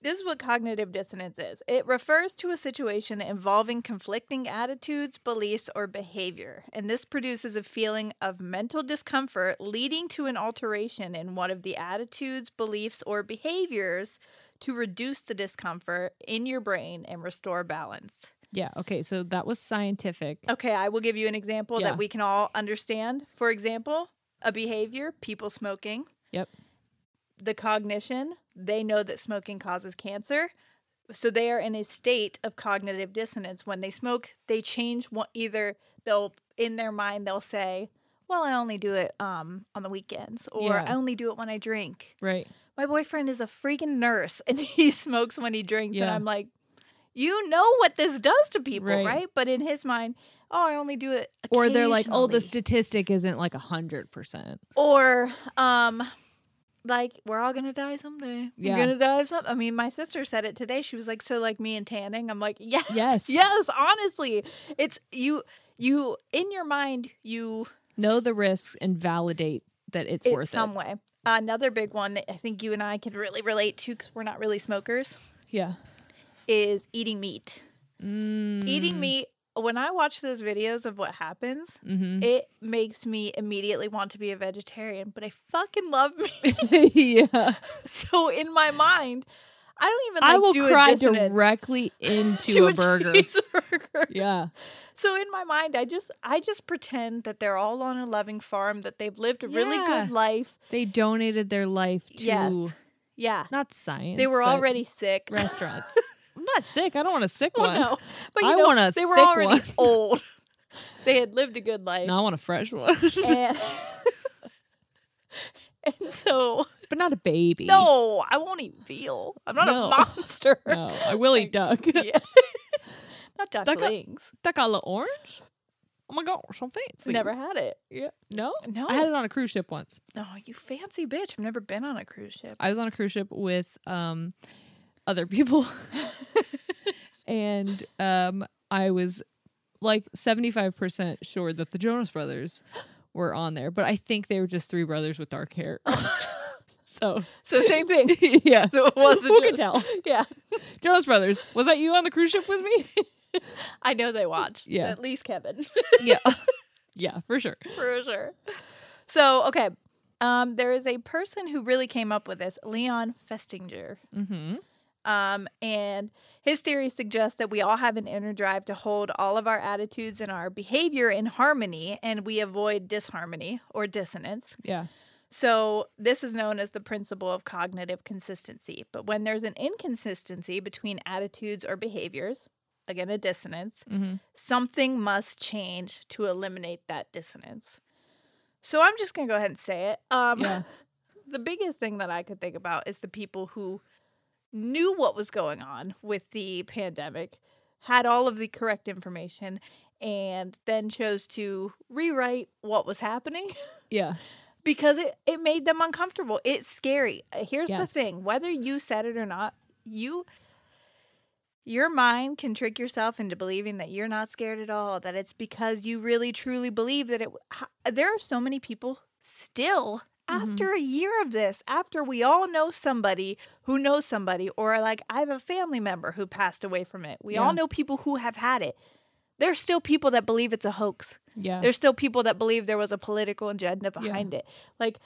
Speaker 4: This is what cognitive dissonance is. It refers to a situation involving conflicting attitudes, beliefs, or behavior, and this produces a feeling of mental discomfort leading to an alteration in one of the attitudes, beliefs, or behaviors to reduce the discomfort in your brain and restore balance.
Speaker 2: Yeah. Okay. So that was scientific.
Speaker 4: Okay, I will give you an example
Speaker 2: Yeah.
Speaker 4: that we can all understand. For example, a behavior, people smoking.
Speaker 2: Yep.
Speaker 4: the cognition. They know that smoking causes cancer. So they are in a state of cognitive dissonance. When they smoke, they change what either they'll in their mind they'll say, "Well, I only do it um on the weekends," or
Speaker 2: Yeah.
Speaker 4: "I only do it when I drink."
Speaker 2: Right.
Speaker 4: My boyfriend is a freaking nurse and *laughs* he smokes when he drinks and
Speaker 2: Yeah.
Speaker 4: I'm like, "You know what this does to people,
Speaker 2: Right.
Speaker 4: right?" But in his mind, "Oh, I only do it
Speaker 2: Or "Oh, they're like, oh, the
Speaker 4: occasionally."
Speaker 2: statistic isn't like 100%.
Speaker 4: or um like we're all gonna die someday.
Speaker 2: Yeah.
Speaker 4: We're gonna die of something. I mean, my sister said it today. She was like, "So like me and tanning." I'm like, "Yes, *laughs*
Speaker 2: Yes.
Speaker 4: yes." Honestly, it's you. You in your mind, you
Speaker 2: Know the risks and validate that it's,
Speaker 4: in
Speaker 2: worth
Speaker 4: some way. Another big one that I think you and I can really relate to because we're not really smokers
Speaker 2: it.
Speaker 4: *laughs*
Speaker 2: Yeah. *laughs*
Speaker 4: is eating meat.
Speaker 2: Mm.
Speaker 4: Eating meat. When I watch those videos of what happens,
Speaker 2: Mm-hmm.
Speaker 4: it makes me immediately want to be a vegetarian. But I fucking love *laughs* meat.
Speaker 2: yeah.
Speaker 4: *laughs* so in my mind, I don't even. Like,
Speaker 2: I will
Speaker 4: do a
Speaker 2: cry
Speaker 4: dissonance
Speaker 2: directly
Speaker 4: *laughs*
Speaker 2: into
Speaker 4: to
Speaker 2: a
Speaker 4: *laughs*
Speaker 2: burger.
Speaker 4: cheeseburger.
Speaker 2: Yeah.
Speaker 4: So in my mind, I just I just pretend that they're all on a loving farm, that they've lived a really
Speaker 2: Yeah.
Speaker 4: good life.
Speaker 2: They donated their life to
Speaker 4: Yes. Yeah,
Speaker 2: not science.
Speaker 4: they were
Speaker 2: but
Speaker 4: already *laughs* sick.
Speaker 2: restaurants. I'm not sick. I don't want a sick
Speaker 4: Well,
Speaker 2: one.
Speaker 4: no, but you
Speaker 2: I
Speaker 4: know,
Speaker 2: want a
Speaker 4: they were
Speaker 2: thick
Speaker 4: already
Speaker 2: one.
Speaker 4: old. *laughs* They had lived a good life,
Speaker 2: *laughs* No, I want a
Speaker 4: *laughs*
Speaker 2: fresh one.
Speaker 4: and, and
Speaker 2: *laughs*
Speaker 4: so
Speaker 2: but not a baby.
Speaker 4: no, I won't eat veal. I'm not
Speaker 2: No.
Speaker 4: a monster.
Speaker 2: No, I will eat duck.
Speaker 4: *laughs*
Speaker 2: *laughs*
Speaker 4: Yeah. *laughs* not
Speaker 2: a-
Speaker 4: ducklings.
Speaker 2: Duck a la orange? Oh my gosh, I'm fancy.
Speaker 4: Never had it.
Speaker 2: Yeah. No?
Speaker 4: No.
Speaker 2: I had it on a cruise ship once.
Speaker 4: No, you fancy bitch. I've never been on a cruise ship.
Speaker 2: I was on a cruise ship with um other *laughs* people. and um I was like 75% sure that the Jonas brothers were on there, but I think they were just three brothers with dark *laughs* hair. so,
Speaker 4: *laughs* So same thing.
Speaker 2: *laughs* yeah.
Speaker 4: So it was a
Speaker 2: Who could
Speaker 4: Jonas-
Speaker 2: tell?
Speaker 4: *laughs* Yeah.
Speaker 2: Jonas Brothers. Was that you on the cruise ship with me?
Speaker 4: *laughs* I know they watch.
Speaker 2: Yeah.
Speaker 4: At least Kevin.
Speaker 2: *laughs* yeah. *laughs* Yeah, for sure.
Speaker 4: *laughs* For sure. So, okay. Um, there is a person who really came up with this, Leon Festinger.
Speaker 2: Mm-hmm.
Speaker 4: Um, and his theory suggests that we all have an inner drive to hold all of our attitudes and our behavior in harmony, and we avoid disharmony or dissonance.
Speaker 2: Yeah.
Speaker 4: So, this is known as the principle of cognitive consistency. But when there's an inconsistency between attitudes or behaviors, again, a dissonance,
Speaker 2: Mhm.
Speaker 4: something must change to eliminate that dissonance. So, I'm just going to go ahead and say it. Um,
Speaker 2: Yeah.
Speaker 4: *laughs* The biggest thing that I could think about is the people who knew what was going on with the pandemic, had all of the correct information, and then chose to rewrite what was happening
Speaker 2: Yeah.
Speaker 4: because it, it made them uncomfortable. It's scary. Uh, Here's the
Speaker 2: Yes.
Speaker 4: thing whether you said it or not, you your mind can trick yourself into believing that you're not scared at all, that it's because you really truly believe that it h- there are so many people still
Speaker 2: Mm-hmm.
Speaker 4: after a year of this, after we all know somebody who knows somebody or like I have a family member who passed away from it. We
Speaker 2: Yeah.
Speaker 4: all know people who have had it. There's still people that believe it's a hoax.
Speaker 2: Yeah.
Speaker 4: There's still people that believe there was a political agenda behind it. Like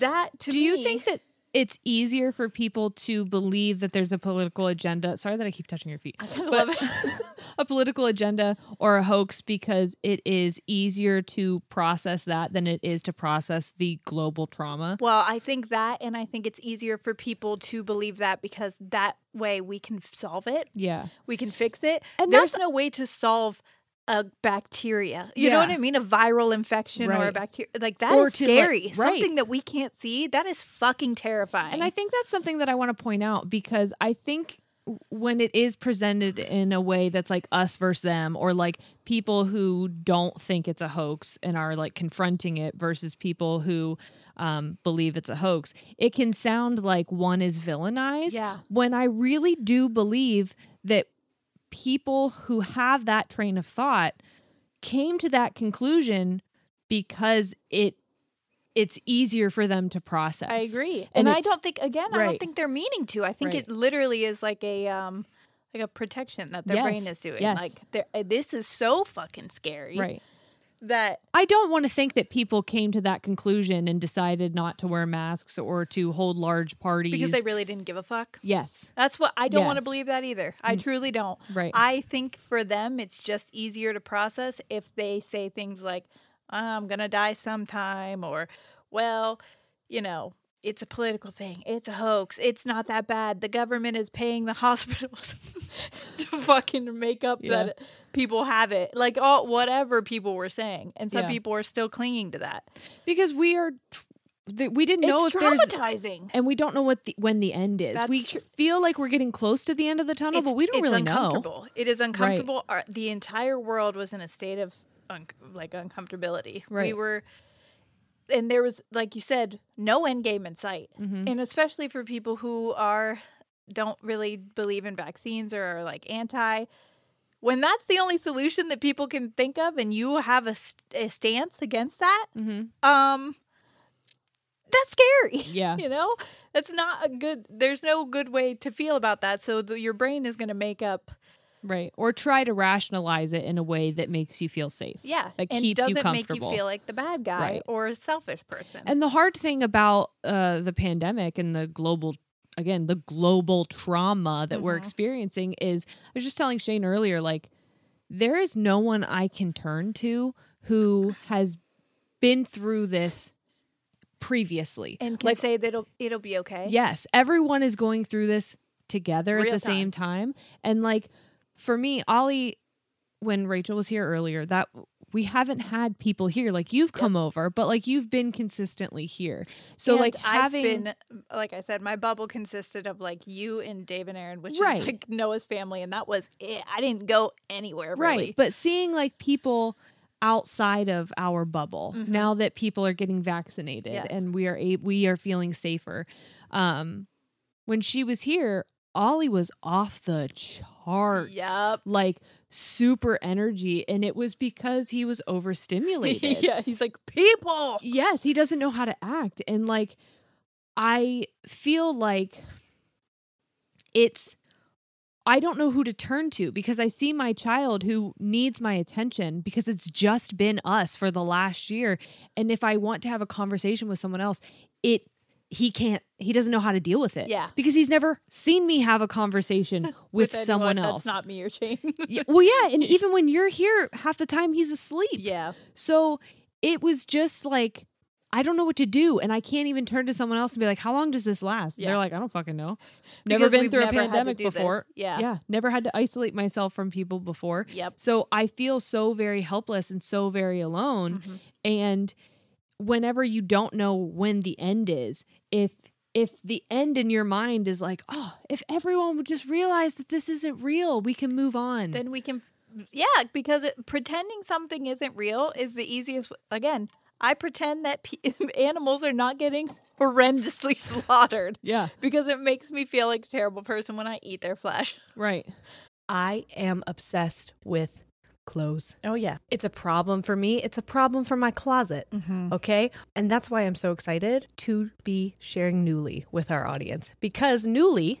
Speaker 4: that to
Speaker 2: Do
Speaker 4: me.
Speaker 2: you think that it's easier for people to believe that there's a political agenda? Sorry that I keep touching your feet. I
Speaker 4: love it.
Speaker 2: *laughs* a political agenda or a hoax because it is easier to process that than it is to process the global trauma.
Speaker 4: Well, I think that, and I think it's easier for people to believe that because that way we can solve it,
Speaker 2: Yeah.
Speaker 4: we can fix it.
Speaker 2: And
Speaker 4: there's
Speaker 2: that's-
Speaker 4: no way to solve a bacteria. You know what
Speaker 2: Yeah.
Speaker 4: I mean? A viral infection or a
Speaker 2: Right.
Speaker 4: bacteria. Like that is
Speaker 2: Or to, like-
Speaker 4: scary.
Speaker 2: right.
Speaker 4: Something that we can't see, that is fucking terrifying.
Speaker 2: And I think that's something that I want to point out because I think w- when it is presented in a way that's like us versus them or like people who don't think it's a hoax and are like confronting it versus people who um, believe it's a hoax it can sound like one is villainized
Speaker 4: Yeah.
Speaker 2: when i really do believe that people who have that train of thought came to that conclusion because it it's easier for them to process
Speaker 4: I agree.
Speaker 2: And
Speaker 4: And, I
Speaker 2: it's-
Speaker 4: don't think again, I
Speaker 2: right.
Speaker 4: don't think they're meaning to. I think
Speaker 2: Right.
Speaker 4: it literally is like a um like a protection that their brain
Speaker 2: Yes.
Speaker 4: is doing.
Speaker 2: Yes.
Speaker 4: Like they're- uh, this is so fucking scary
Speaker 2: right
Speaker 4: that
Speaker 2: I don't want to think that people came to that conclusion and decided not to wear masks or to hold large parties.
Speaker 4: because they really didn't give a fuck.
Speaker 2: yes,
Speaker 4: That's what I don't want
Speaker 2: Yes.
Speaker 4: to
Speaker 2: Mm.
Speaker 4: believe that either. I truly don't.
Speaker 2: Right.
Speaker 4: I think for them it's just easier to process if they say things like I'm going to die sometime or well, you know, it's a political thing. It's a hoax. It's not that bad. The government is paying the *laughs* hospitals to fucking make up
Speaker 2: Yeah.
Speaker 4: that people have it. Like all whatever people were saying. And some
Speaker 2: Yeah.
Speaker 4: people are still clinging to that.
Speaker 2: because we are tr- that we didn't know
Speaker 4: it's
Speaker 2: if there's
Speaker 4: traumatizing.
Speaker 2: and we don't know what the, when the end is.
Speaker 4: That's
Speaker 2: we
Speaker 4: tr-
Speaker 2: feel like we're getting close to the end of the tunnel, but
Speaker 4: It's-
Speaker 2: we don't
Speaker 4: it's
Speaker 2: really know.
Speaker 4: uncomfortable. It is uncomfortable. Our, the entire world was in a state of un- like uncomfortability. We
Speaker 2: Right.
Speaker 4: were and there was like you said no end game in sight
Speaker 2: Mhm.
Speaker 4: and especially for people who are don't really believe in vaccines or are like anti when that's the only solution that people can think of and you have a, st- a stance against that
Speaker 2: Mhm.
Speaker 4: um that's scary *laughs*
Speaker 2: Yeah.
Speaker 4: you know that's not a good there's no good way to feel about that so the, your brain is going to make up
Speaker 2: Right. Or try to rationalize it in a way that makes you feel safe.
Speaker 4: yeah
Speaker 2: That
Speaker 4: and
Speaker 2: keeps you
Speaker 4: doesn't make
Speaker 2: comfortable.
Speaker 4: you feel like the bad guy
Speaker 2: Right.
Speaker 4: or a selfish person
Speaker 2: And the hard thing about uh, the pandemic and the global, again, the global trauma that
Speaker 4: Mm-hmm.
Speaker 2: we're experiencing is I was just telling Shane earlier, like, there is no one I can turn to who has been through this previously.
Speaker 4: and can
Speaker 2: like,
Speaker 4: say that it'll it'll be okay
Speaker 2: Yes, everyone is going through this together at
Speaker 4: Real
Speaker 2: the same time. And like for me, Ollie, when Rachel was here earlier, that we haven't had people here. Like you've come over, but like you've been consistently here. So
Speaker 4: And
Speaker 2: like having
Speaker 4: I've been, like I said, my bubble consisted of like you and Dave and Aaron, which
Speaker 2: Right.
Speaker 4: is like Noah's family, and that was it. I didn't go anywhere
Speaker 2: right,
Speaker 4: really.
Speaker 2: but seeing like people outside of our bubble now that people are getting vaccinated
Speaker 4: Mm-hmm. Yes.
Speaker 2: and we are a- we are feeling safer. Um, when she was here, Ollie was off the charts.
Speaker 4: Yup.
Speaker 2: like super energy and it was because he was
Speaker 4: *laughs*
Speaker 2: overstimulated
Speaker 4: yeah, he's like people.
Speaker 2: yes he doesn't know how to act and like i feel like it's i don't know who to turn to because i see my child who needs my attention because it's just been us for the last year and if i want to have a conversation with someone else it he can't he doesn't know how to deal with it
Speaker 4: Yeah.
Speaker 2: because he's never seen me have a conversation
Speaker 4: *laughs*
Speaker 2: with,
Speaker 4: anyone
Speaker 2: someone else
Speaker 4: That's not me or Shane.
Speaker 2: *laughs*
Speaker 4: *laughs*
Speaker 2: yeah, well, yeah, and even when you're here, half the time he's asleep.
Speaker 4: yeah,
Speaker 2: So it was just like I don't know what to do, and I can't even turn to someone else and be like, "How long does this last?"
Speaker 4: Yeah.
Speaker 2: They're like, "I don't fucking know. Never
Speaker 4: Because
Speaker 2: been
Speaker 4: we've
Speaker 2: through
Speaker 4: never
Speaker 2: a
Speaker 4: had to
Speaker 2: pandemic
Speaker 4: do this.
Speaker 2: before.
Speaker 4: Yeah.
Speaker 2: yeah, never had to isolate myself from people before.
Speaker 4: Yep.
Speaker 2: So I feel so very helpless and so very alone,
Speaker 4: Mm-hmm.
Speaker 2: and whenever you don't know when the end is, if if the end in your mind is like, oh, if everyone would just realize that this isn't real, we can move on.
Speaker 4: then we can. Yeah, because it, pretending something isn't real is the easiest. w- Again, I pretend that pe- *laughs* animals are not getting horrendously *laughs* slaughtered.
Speaker 2: Yeah.
Speaker 4: Because it makes me feel like a terrible person when I eat their flesh. *laughs*
Speaker 2: Right.
Speaker 5: I am obsessed with clothes.
Speaker 1: Oh, yeah.
Speaker 5: It's a problem for me. It's a problem for my closet. Okay. And that's why I'm so excited to be sharing Newly with our audience because Newly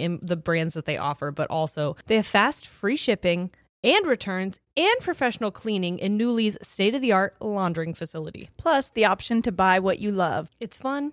Speaker 5: in the brands that they offer, but also they have fast, free shipping and returns and professional cleaning in Newly's state of the art laundering facility.
Speaker 1: Plus, the option to buy what you love.
Speaker 5: It's fun,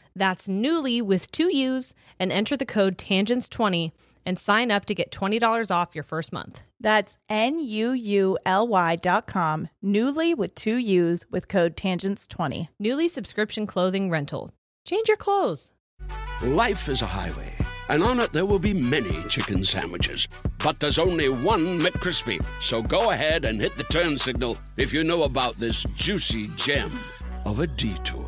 Speaker 5: That's newly with two U's and enter the code tangents20 and sign up to get $20 off your first month.
Speaker 1: That's N U U L Y dot com, Newly with two U's with code TANGENTS20.
Speaker 5: Newly subscription clothing rental. Change your clothes.
Speaker 6: Life is a highway, and on it there will be many chicken sandwiches. But there's only one McCrispy. So go ahead and hit the turn signal if you know about this juicy gem of a detour.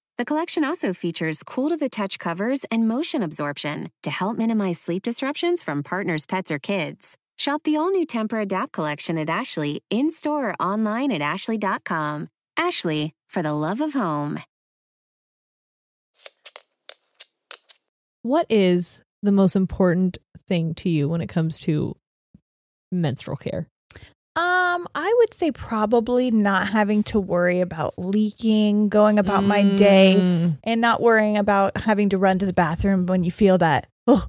Speaker 7: The collection also features cool to the touch covers and motion absorption to help minimize sleep disruptions from partners, pets, or kids. Shop the all new Temper Adapt collection at Ashley in store or online at ashley.com. Ashley, for the love of home.
Speaker 2: What is the most important thing to you when it comes to menstrual care?
Speaker 4: Um, I would say probably not having to worry about leaking, going about my day,
Speaker 2: Mm.
Speaker 4: and not worrying about having to run to the bathroom when you feel that. Oh,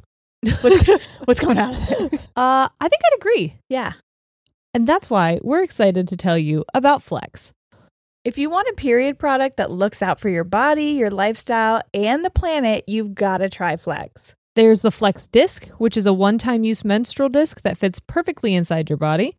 Speaker 4: what's co- *laughs* what's coming out of it?
Speaker 2: Uh, I think I'd agree.
Speaker 4: Yeah.
Speaker 2: And that's why we're excited to tell you about Flex.
Speaker 4: If you want a period product that looks out for your body, your lifestyle, and the planet, you've got to try Flex.
Speaker 2: There's the Flex disc, which is a one time use menstrual disc that fits perfectly inside your body.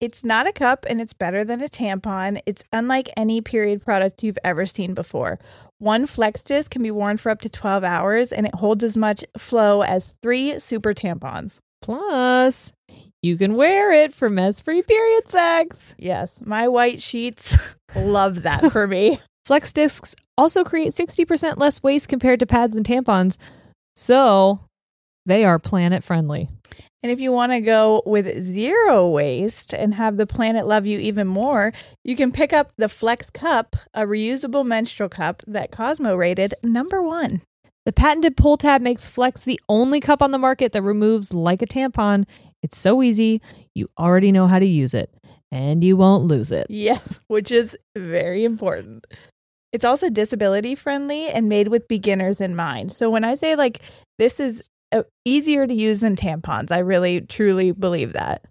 Speaker 4: It's not a cup and it's better than a tampon. It's unlike any period product you've ever seen before. One Flex disc can be worn for up to 12 hours and it holds as much flow as three super tampons.
Speaker 2: Plus, you can wear it for mess free period sex.
Speaker 4: Yes, my white sheets *laughs* love that for me.
Speaker 2: Flex discs also create 60% less waste compared to pads and tampons, so they are planet friendly.
Speaker 4: And if you want to go with zero waste and have the planet love you even more, you can pick up the Flex Cup, a reusable menstrual cup that Cosmo rated number one. *laughs*
Speaker 2: The patented pull tab makes Flex the only cup on the market that removes like a tampon. It's so easy, you already know how to use it, and you won't lose it.
Speaker 4: Yes, which is very important. It's also disability friendly and made with beginners in mind. So when I say like this is uh, easier to use than tampons, I really truly believe that.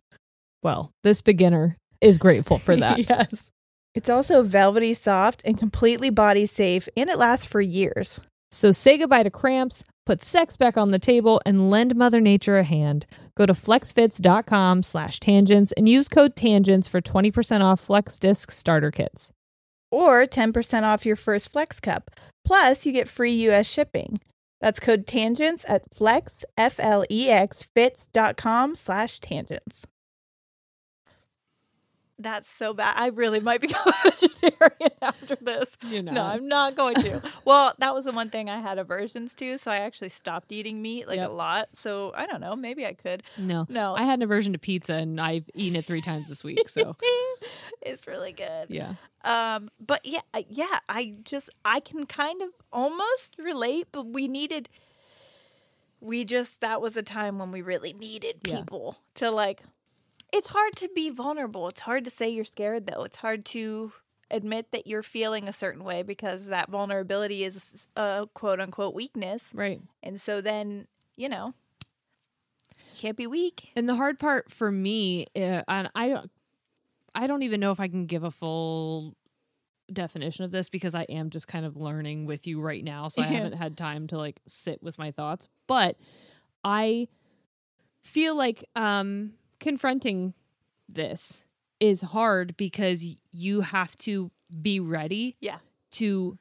Speaker 2: Well, this beginner is grateful for *laughs* that.
Speaker 4: *laughs* yes. It's also velvety soft and completely body safe and it lasts for years.
Speaker 2: So say goodbye to cramps, put sex back on the table, and lend Mother Nature a hand. Go to flexfits.com slash tangents and use code tangents for 20% off Flex Disc starter kits.
Speaker 4: or 10% off your first Flex Cup. Plus, you get free US shipping. That's code tangents at flex, F L E X, fits.com slash tangents.
Speaker 8: That's so bad. I really might become a *laughs* vegetarian after this.
Speaker 2: You're
Speaker 8: No,
Speaker 2: not.
Speaker 8: I'm not going
Speaker 2: *laughs*
Speaker 8: to. well, that was the one thing I had aversions to, so I actually stopped eating meat like
Speaker 2: Yep.
Speaker 8: a lot. So I don't know. Maybe I could.
Speaker 2: No.
Speaker 8: No,
Speaker 2: I had an aversion to pizza and I've eaten it three times this week. *laughs* So,
Speaker 8: *laughs* it's really good.
Speaker 2: yeah.
Speaker 8: Um, but yeah, I- yeah, I just I can kind of almost relate, but we needed we just that was a time when we really needed
Speaker 2: Yeah.
Speaker 8: people to like it's hard to be vulnerable. It's hard to say you're scared though. It's hard to admit that you're feeling a certain way because that vulnerability is a quote unquote weakness.
Speaker 2: Right.
Speaker 8: And so then, you know, you can't be weak.
Speaker 2: And the hard part for me, uh, and I don't, I don't even know if I can give a full definition of this because I am just kind of learning with you right now, so I haven't had time to like sit with my thoughts. But I feel like um confronting this is hard because y- you have to be ready,
Speaker 8: Yeah.
Speaker 2: to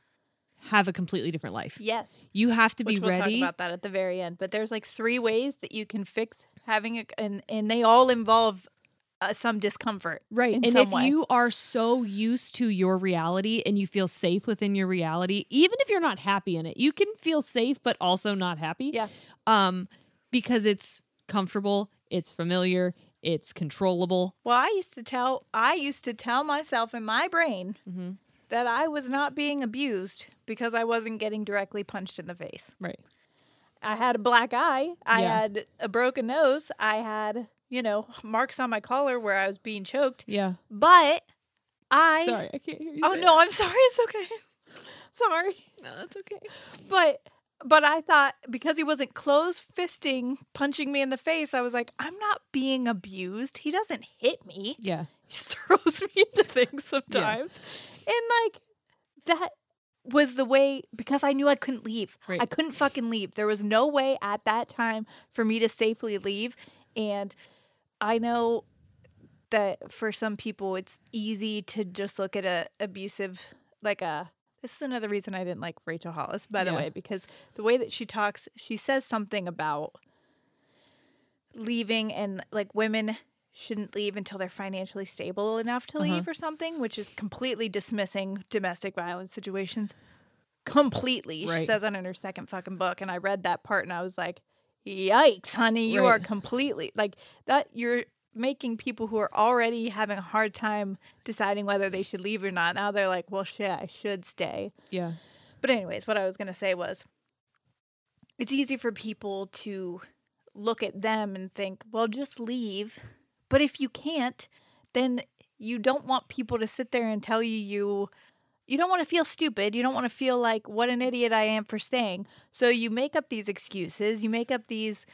Speaker 2: have a completely different life.
Speaker 8: Yes.
Speaker 2: You have to be
Speaker 8: which we'll
Speaker 2: ready.
Speaker 8: talk about that at the very end. But there's like three ways that you can fix having a, and and they all involve uh, some discomfort,
Speaker 2: Right.
Speaker 8: In
Speaker 2: and
Speaker 8: some
Speaker 2: if
Speaker 8: way.
Speaker 2: you are so used to your reality and you feel safe within your reality, even if you're not happy in it, you can feel safe but also not happy.
Speaker 8: Yeah.
Speaker 2: Um, because it's comfortable, it's familiar, it's controllable.
Speaker 8: Well, I used to tell I used to tell myself in my brain
Speaker 2: Mhm.
Speaker 8: that I was not being abused because I wasn't getting directly punched in the face.
Speaker 2: Right.
Speaker 8: I had a black eye. I
Speaker 2: Yeah.
Speaker 8: had a broken nose. I had you know marks on my collar where I was being choked.
Speaker 2: Yeah.
Speaker 8: But I
Speaker 2: Sorry, I can't hear you.
Speaker 8: Oh
Speaker 2: say
Speaker 8: no, I'm sorry. It's okay. *laughs* sorry.
Speaker 2: that. no, that's okay.
Speaker 8: but but I thought because he wasn't close fisting punching me in the face, I was like, I'm not being abused. He doesn't hit me.
Speaker 4: *laughs*
Speaker 2: Yeah.
Speaker 8: He just throws me into things sometimes. And like that
Speaker 4: was the way because I knew I couldn't leave.
Speaker 2: Right.
Speaker 4: I couldn't fucking leave. There was no way at that time for me to safely leave. And I know that for some people it's easy to just look at a abusive like a this is another reason I didn't like Rachel Hollis, by the
Speaker 2: Yeah.
Speaker 4: way, because the way that she talks, she says something about leaving and like women shouldn't leave until they're financially stable enough
Speaker 2: Uh-huh.
Speaker 4: to leave or something, which is completely dismissing domestic violence situations. Completely. She
Speaker 2: Right.
Speaker 4: says that in her second fucking book. And I read that part and I was like, yikes, honey, you are
Speaker 2: Right.
Speaker 4: completely like that. You're making people who are already having a hard time deciding whether they should leave or not. Now they're like, well, shit, I should stay.
Speaker 2: Yeah.
Speaker 4: But anyways, what I was going to say was it's easy for people to look at them and think, "Well, just leave." But if you can't, then you don't want people to sit there and tell you you you don't want to feel stupid. You don't want to feel like what an idiot I am for staying. So you make up these excuses, you make up these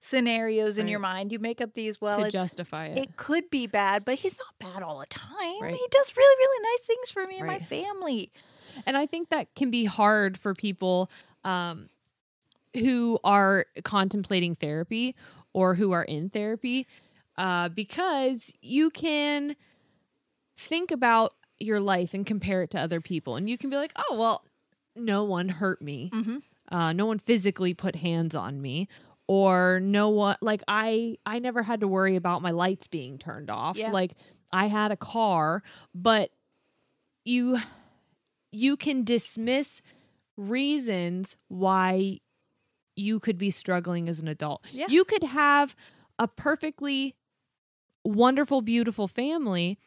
Speaker 4: scenarios in your mind. You make up these well
Speaker 2: to
Speaker 4: it's
Speaker 2: justify it.
Speaker 4: it could be bad, but he's not bad all the time.
Speaker 2: Right.
Speaker 4: He does really, really nice things for me and my
Speaker 2: Right.
Speaker 4: family.
Speaker 2: And I think that can be hard for people um, who are contemplating therapy or who are in therapy uh, because you can think about your life and compare it to other people. And you can be like, oh, well, no one hurt me. Uh, no one physically put hands on me or no one like i i never had to worry about my lights being turned off
Speaker 4: Yeah.
Speaker 2: like i had a car but you you can dismiss reasons why you could be struggling as an adult.
Speaker 4: Yeah.
Speaker 2: You could have a perfectly wonderful, beautiful family,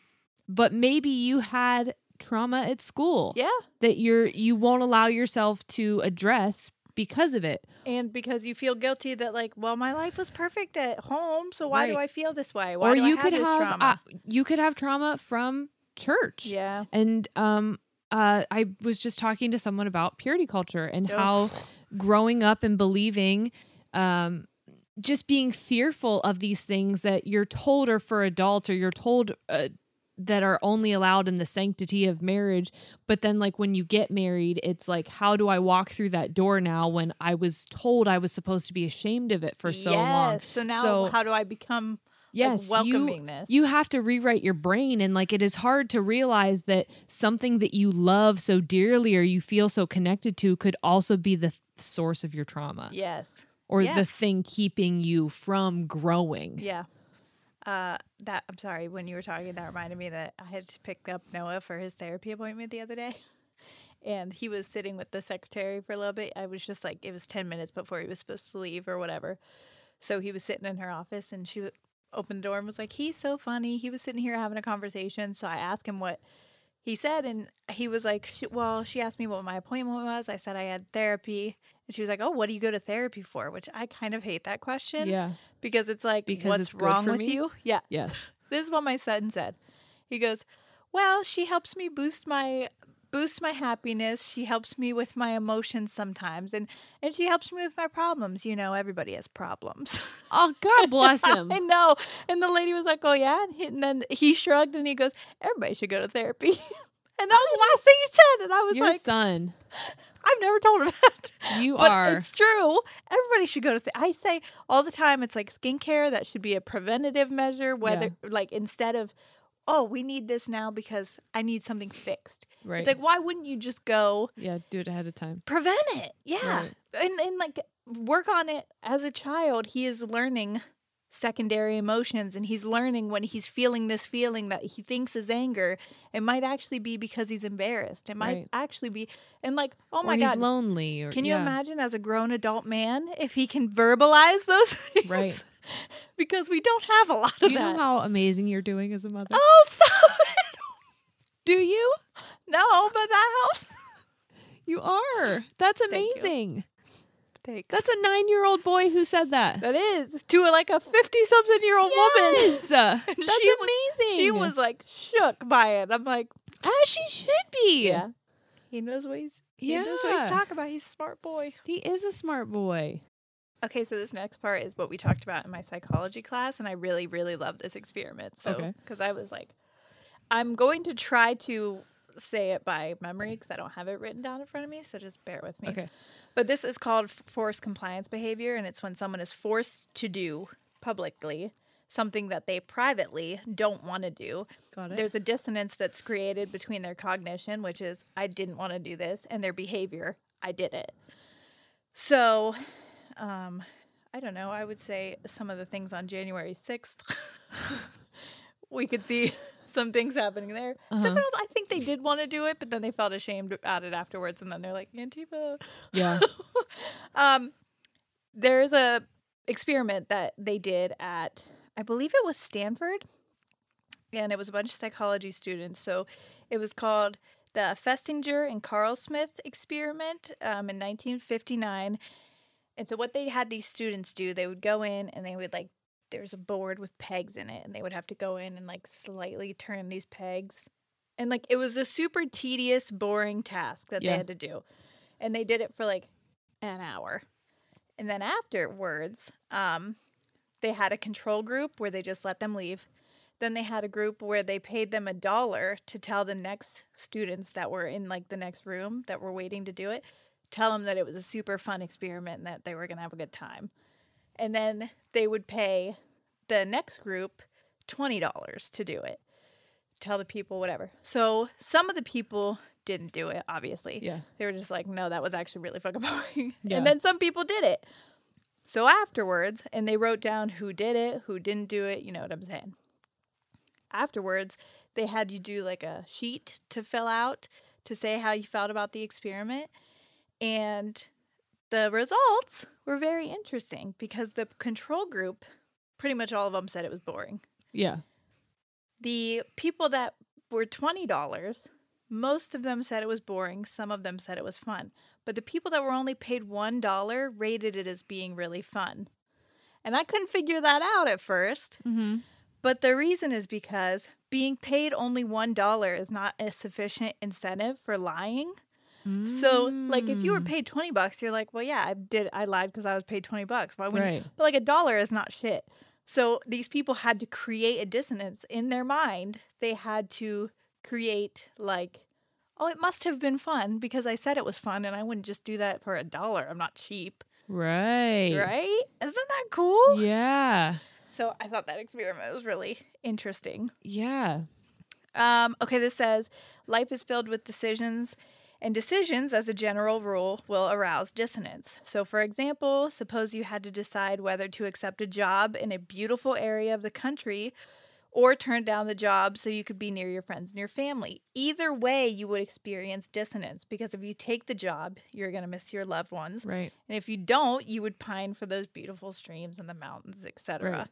Speaker 2: but maybe you had trauma at school
Speaker 4: Yeah.
Speaker 2: that you're you won't allow yourself to address because of it.
Speaker 4: and because you feel guilty that like well my life was perfect at home so why do
Speaker 2: Right.
Speaker 4: i feel this way why do I have this trauma
Speaker 2: uh, you could have trauma from church.
Speaker 4: yeah
Speaker 2: And um, uh, I was just talking to someone about purity culture and how growing up and believing, um, just being fearful of these things that you're told are for adults or you're told uh, that are only allowed in the sanctity of marriage. But then, like, when you get married, it's like, how do I walk through that door now when I was told I was supposed to be ashamed of it for so
Speaker 4: yes.
Speaker 2: long?
Speaker 4: so now
Speaker 2: So-
Speaker 4: how do i become
Speaker 2: yes
Speaker 4: welcoming
Speaker 2: you,
Speaker 4: this.
Speaker 2: you have to rewrite your brain and like it is hard to realize that something that you love so dearly or you feel so connected to could also be the th- source of your trauma
Speaker 4: yes
Speaker 2: or
Speaker 4: Yeah.
Speaker 2: the thing keeping you from growing
Speaker 4: yeah uh that i'm sorry when you were talking that reminded me that i had to pick up noah for his therapy appointment the other day *laughs* and he was sitting with the secretary for a little bit i was just like it was 10 minutes before he was supposed to leave or whatever So he was sitting in her office and she w- opened the door and was like, He's so funny. He was sitting here having a conversation. So I asked him what he said. And he was like, "She- Well, she asked me what my appointment was. I said I had therapy. And she was like, Oh, what do you go to therapy for? Which I kind of hate that question.
Speaker 2: Yeah.
Speaker 4: Because it's like,
Speaker 2: Because
Speaker 4: What's
Speaker 2: it's good
Speaker 4: wrong
Speaker 2: for
Speaker 4: with
Speaker 2: me?
Speaker 4: you? Yeah.
Speaker 2: yes
Speaker 4: This is what my son said. He goes, "Well, she helps me boost my boost my happiness. She helps me with my emotions sometimes, and and she helps me with my problems. You know, everybody has problems."
Speaker 2: *laughs*
Speaker 4: *laughs*
Speaker 2: oh god bless him
Speaker 4: I know. And the lady was like, "Oh yeah," and, he- and then he shrugged and he goes, "Everybody should go to therapy." *laughs* and that was the last thing he said, and I was
Speaker 2: your
Speaker 4: like,
Speaker 2: son
Speaker 4: "I've never told him that."
Speaker 2: You
Speaker 4: But
Speaker 2: are.
Speaker 4: It's true. Everybody should go to. Th- I say all the time, it's like skincare that should be a preventative measure. Whether like instead of, oh, we need this now because I need something fixed.
Speaker 2: Right.
Speaker 4: It's like why wouldn't you just go
Speaker 2: yeah do it ahead of time
Speaker 4: prevent it? Yeah,
Speaker 2: Right.
Speaker 4: and and like work on it as a child. He is learning secondary emotions and he's learning when he's feeling this feeling that he thinks is anger it might actually be because he's embarrassed it might
Speaker 2: Right.
Speaker 4: actually be and like oh
Speaker 2: or
Speaker 4: my
Speaker 2: he's
Speaker 4: god
Speaker 2: lonely or
Speaker 4: can you
Speaker 2: yeah.
Speaker 4: imagine *laughs* as a grown adult man if he can verbalize those *laughs* things?
Speaker 2: Right.
Speaker 4: because we don't have a lot of
Speaker 2: do you
Speaker 4: that.
Speaker 2: know how amazing you're doing as a mother
Speaker 4: *laughs* oh, stop it.
Speaker 2: *laughs* do you
Speaker 4: No, but that
Speaker 2: *laughs*
Speaker 4: helps. *laughs*
Speaker 2: you are that's
Speaker 4: you.
Speaker 2: amazing
Speaker 4: Thanks.
Speaker 2: that's a nine-year-old boy who said that
Speaker 4: that is to like a fifty-something-year-old woman.
Speaker 2: Yes.
Speaker 4: *laughs* And
Speaker 2: That's
Speaker 4: she was-
Speaker 2: amazing.
Speaker 4: she was like shook by it. I'm like,
Speaker 2: as she should be.
Speaker 4: yeah, he knows what he's. He knows what he's
Speaker 2: Yeah.
Speaker 4: talking about. He's a smart boy.
Speaker 2: He is a smart boy.
Speaker 4: Okay, so this next part is what we talked about in my psychology class, and I really, really love this experiment. So,
Speaker 2: Okay.
Speaker 4: because I was like, I'm going to try to say it by memory because I don't have it written down in front of me, so just bear with me. *laughs*
Speaker 2: Okay.
Speaker 4: But this is called f- forced compliance behavior, and it's when someone is forced to do publicly something that they privately don't want to do.
Speaker 2: Got it.
Speaker 4: There's a dissonance that's created between their cognition, which is, I didn't want to do this, and their behavior, I did it. So, um, I don't know. I would say some of the things on January 6th, *laughs* we could see *laughs* some things happening there.
Speaker 2: Uh-huh.
Speaker 4: Some people, I think they did want to do it, but then they felt ashamed about it afterwards. And then they're like, Antifa.
Speaker 2: Yeah.
Speaker 4: Um, there's a experiment that they did at, I believe it was Stanford, and it was a bunch of psychology students. So it was called the Festinger and Carl Smith experiment um, in 1959. And so what they had these students do, they would go in and they would like there was a board with pegs in it and they would have to go in and like slightly turn these pegs. And like it was a super tedious, boring task that
Speaker 2: Yeah.
Speaker 4: they had to do. And they did it for like an hour. And then afterwards, um, they had a control group where they just let them leave. Then they had a group where they paid them a dollar to tell the next students that were in like the next room that were waiting to do it, tell them that it was a super fun experiment and that they were going to have a good time. And then they would pay the next group $20 to do it. Tell the people whatever. So some of the people didn't do it, obviously.
Speaker 2: Yeah.
Speaker 4: They were just like, no, that was actually really fucking *laughs* boring.
Speaker 2: Yeah.
Speaker 4: And then some people did it. So afterwards, and they wrote down who did it, who didn't do it, you know what I'm saying. Afterwards, they had you do like a sheet to fill out to say how you felt about the experiment. And the results were very interesting because the control group, pretty much all of them said it was boring.
Speaker 2: Yeah.
Speaker 4: The people that were $20, most of them said it was boring, some of them said it was fun. But the people that were only paid $1 rated it as being really fun. And I couldn't figure that out at 1st
Speaker 2: Mm-hmm.
Speaker 4: But the reason is because being paid only $1 is not a sufficient incentive for lying. So, like, if
Speaker 2: Mm.
Speaker 4: you were paid 20 bucks, you're like, well, yeah, I did, I lied because I was paid 20 bucks. Why wouldn't
Speaker 2: Right.
Speaker 4: you? But like, a dollar is not shit. So, these people had to create a dissonance in their mind. They had to create, like, oh, it must have been fun because I said it was fun and I wouldn't just do that for a dollar. I'm not cheap.
Speaker 2: Right.
Speaker 4: Right? Isn't that cool?
Speaker 2: Yeah.
Speaker 4: So, I thought that experiment was really interesting.
Speaker 2: Yeah.
Speaker 4: Um, okay, this says life is filled with decisions, and decisions, as a general rule, will arouse dissonance. So, for example, suppose you had to decide whether to accept a job in a beautiful area of the country or turn down the job so you could be near your friends and your family. Either way, you would experience dissonance because if you take the job, you're going to miss your loved ones.
Speaker 2: Right.
Speaker 4: And if you don't, you would pine for those beautiful streams and the mountains, etc.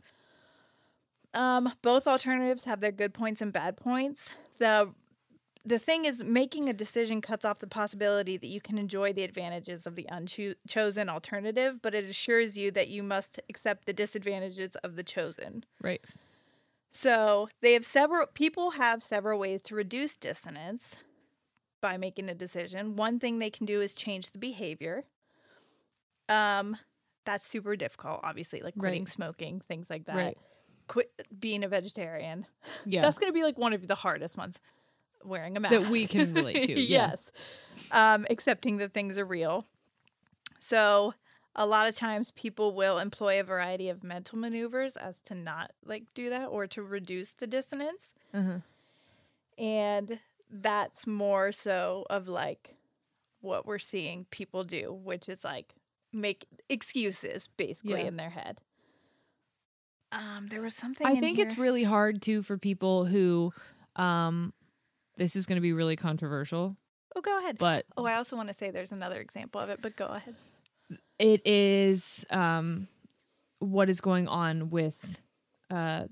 Speaker 4: Um, both alternatives have their good points and bad points. The the thing is making a decision cuts off the possibility that you can enjoy the advantages of the unchosen alternative, but it assures you that you must accept the disadvantages of the chosen.
Speaker 2: Right.
Speaker 4: So they have several people have several ways to reduce dissonance by making a decision. One thing they can do is change the behavior. Um, that's super difficult, obviously, like quitting
Speaker 2: Right.
Speaker 4: smoking, things like that.
Speaker 2: Right.
Speaker 4: Quit being a vegetarian.
Speaker 2: Yeah.
Speaker 4: That's gonna be like one of the hardest ones. Wearing a mask
Speaker 2: That we can
Speaker 4: *laughs*
Speaker 2: relate to, yeah.
Speaker 4: yes, um, accepting that things are real. So a lot of times people will employ a variety of mental maneuvers as to not like do that or to reduce the dissonance.
Speaker 2: Mm-hmm.
Speaker 4: And that's more so of like what we're seeing people do, which is like make excuses basically
Speaker 2: Yeah.
Speaker 4: in their head. Um, there was something.
Speaker 2: I
Speaker 4: in
Speaker 2: think it's
Speaker 4: here-
Speaker 2: really hard too for people who, um, this is going to be really controversial,
Speaker 4: Oh, go ahead.
Speaker 2: but
Speaker 4: oh, I also want to say there's another example of it, but go ahead.
Speaker 2: it is um, what is going on with uh,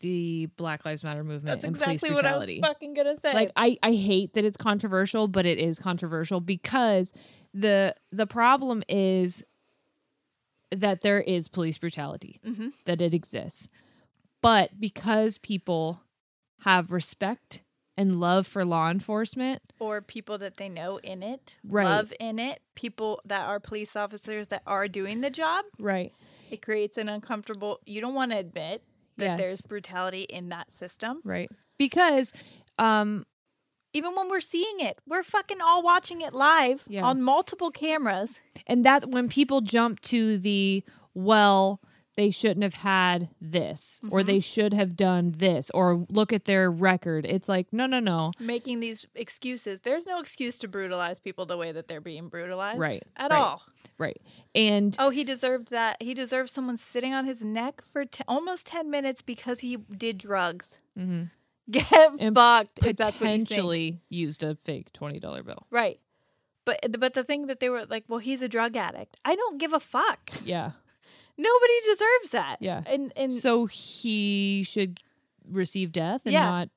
Speaker 2: the Black Lives Matter movement
Speaker 4: That's
Speaker 2: and
Speaker 4: exactly
Speaker 2: police
Speaker 4: what I was
Speaker 2: brutality.
Speaker 4: fucking gonna say.
Speaker 2: like I, I hate that it's controversial but it is controversial because the the problem is that there is police brutality that it exists but because people have respect and love for law enforcement
Speaker 4: or people that they know in it,
Speaker 2: Right.
Speaker 4: love in it, people that are police officers that are doing the job.
Speaker 2: right
Speaker 4: It creates an uncomfortable. You don't want to admit that
Speaker 2: Yes.
Speaker 4: there's brutality in that system.
Speaker 2: right because um
Speaker 4: Even when we're seeing it, we're fucking all watching it live
Speaker 2: Yeah.
Speaker 4: on multiple cameras.
Speaker 2: And that's when people jump to the, well, they shouldn't have had this, or they should have done this, or look at their record. It's like, no, no, no.
Speaker 4: making these excuses. There's no excuse to brutalize people the way that they're being brutalized.
Speaker 2: Right,
Speaker 4: At
Speaker 2: right.
Speaker 4: all.
Speaker 2: Right. And
Speaker 4: Oh, he deserved that. He deserved someone sitting on his neck for t- almost 10 minutes because he did drugs.
Speaker 2: Mhm.
Speaker 4: Get
Speaker 2: And
Speaker 4: fucked if that's what you think.
Speaker 2: potentially used a fake $20 bill.
Speaker 4: Right. But, but the thing that they were like, well, he's a drug addict. I don't give a fuck.
Speaker 2: Yeah.
Speaker 4: Nobody deserves that.
Speaker 2: Yeah.
Speaker 4: And, and
Speaker 2: So he should receive death and
Speaker 4: Yeah.
Speaker 2: not.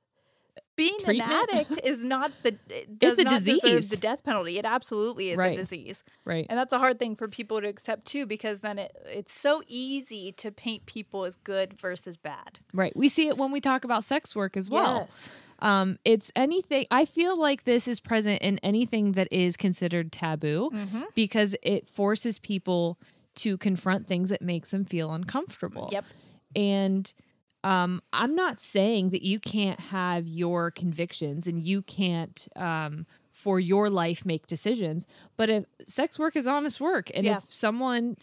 Speaker 4: being an
Speaker 2: treatment? *laughs*
Speaker 4: addict is not the it does
Speaker 2: a
Speaker 4: not deserve
Speaker 2: disease.
Speaker 4: the death penalty. It absolutely is
Speaker 2: Right.
Speaker 4: a disease.
Speaker 2: Right.
Speaker 4: And that's a hard thing for people to accept too, because then it it's so easy to paint people as good versus bad.
Speaker 2: Right. We see it when we talk about sex work as well.
Speaker 4: Yes.
Speaker 2: Um, it's anything. I feel like this is present in anything that is considered taboo
Speaker 4: Mm-hmm.
Speaker 2: because it forces people to confront things that makes them feel uncomfortable.
Speaker 4: Yep.
Speaker 2: And um, I'm not saying that you can't have your convictions and you can't, um, for your life, make decisions. But if sex work is honest work, and
Speaker 4: Yeah.
Speaker 2: if someone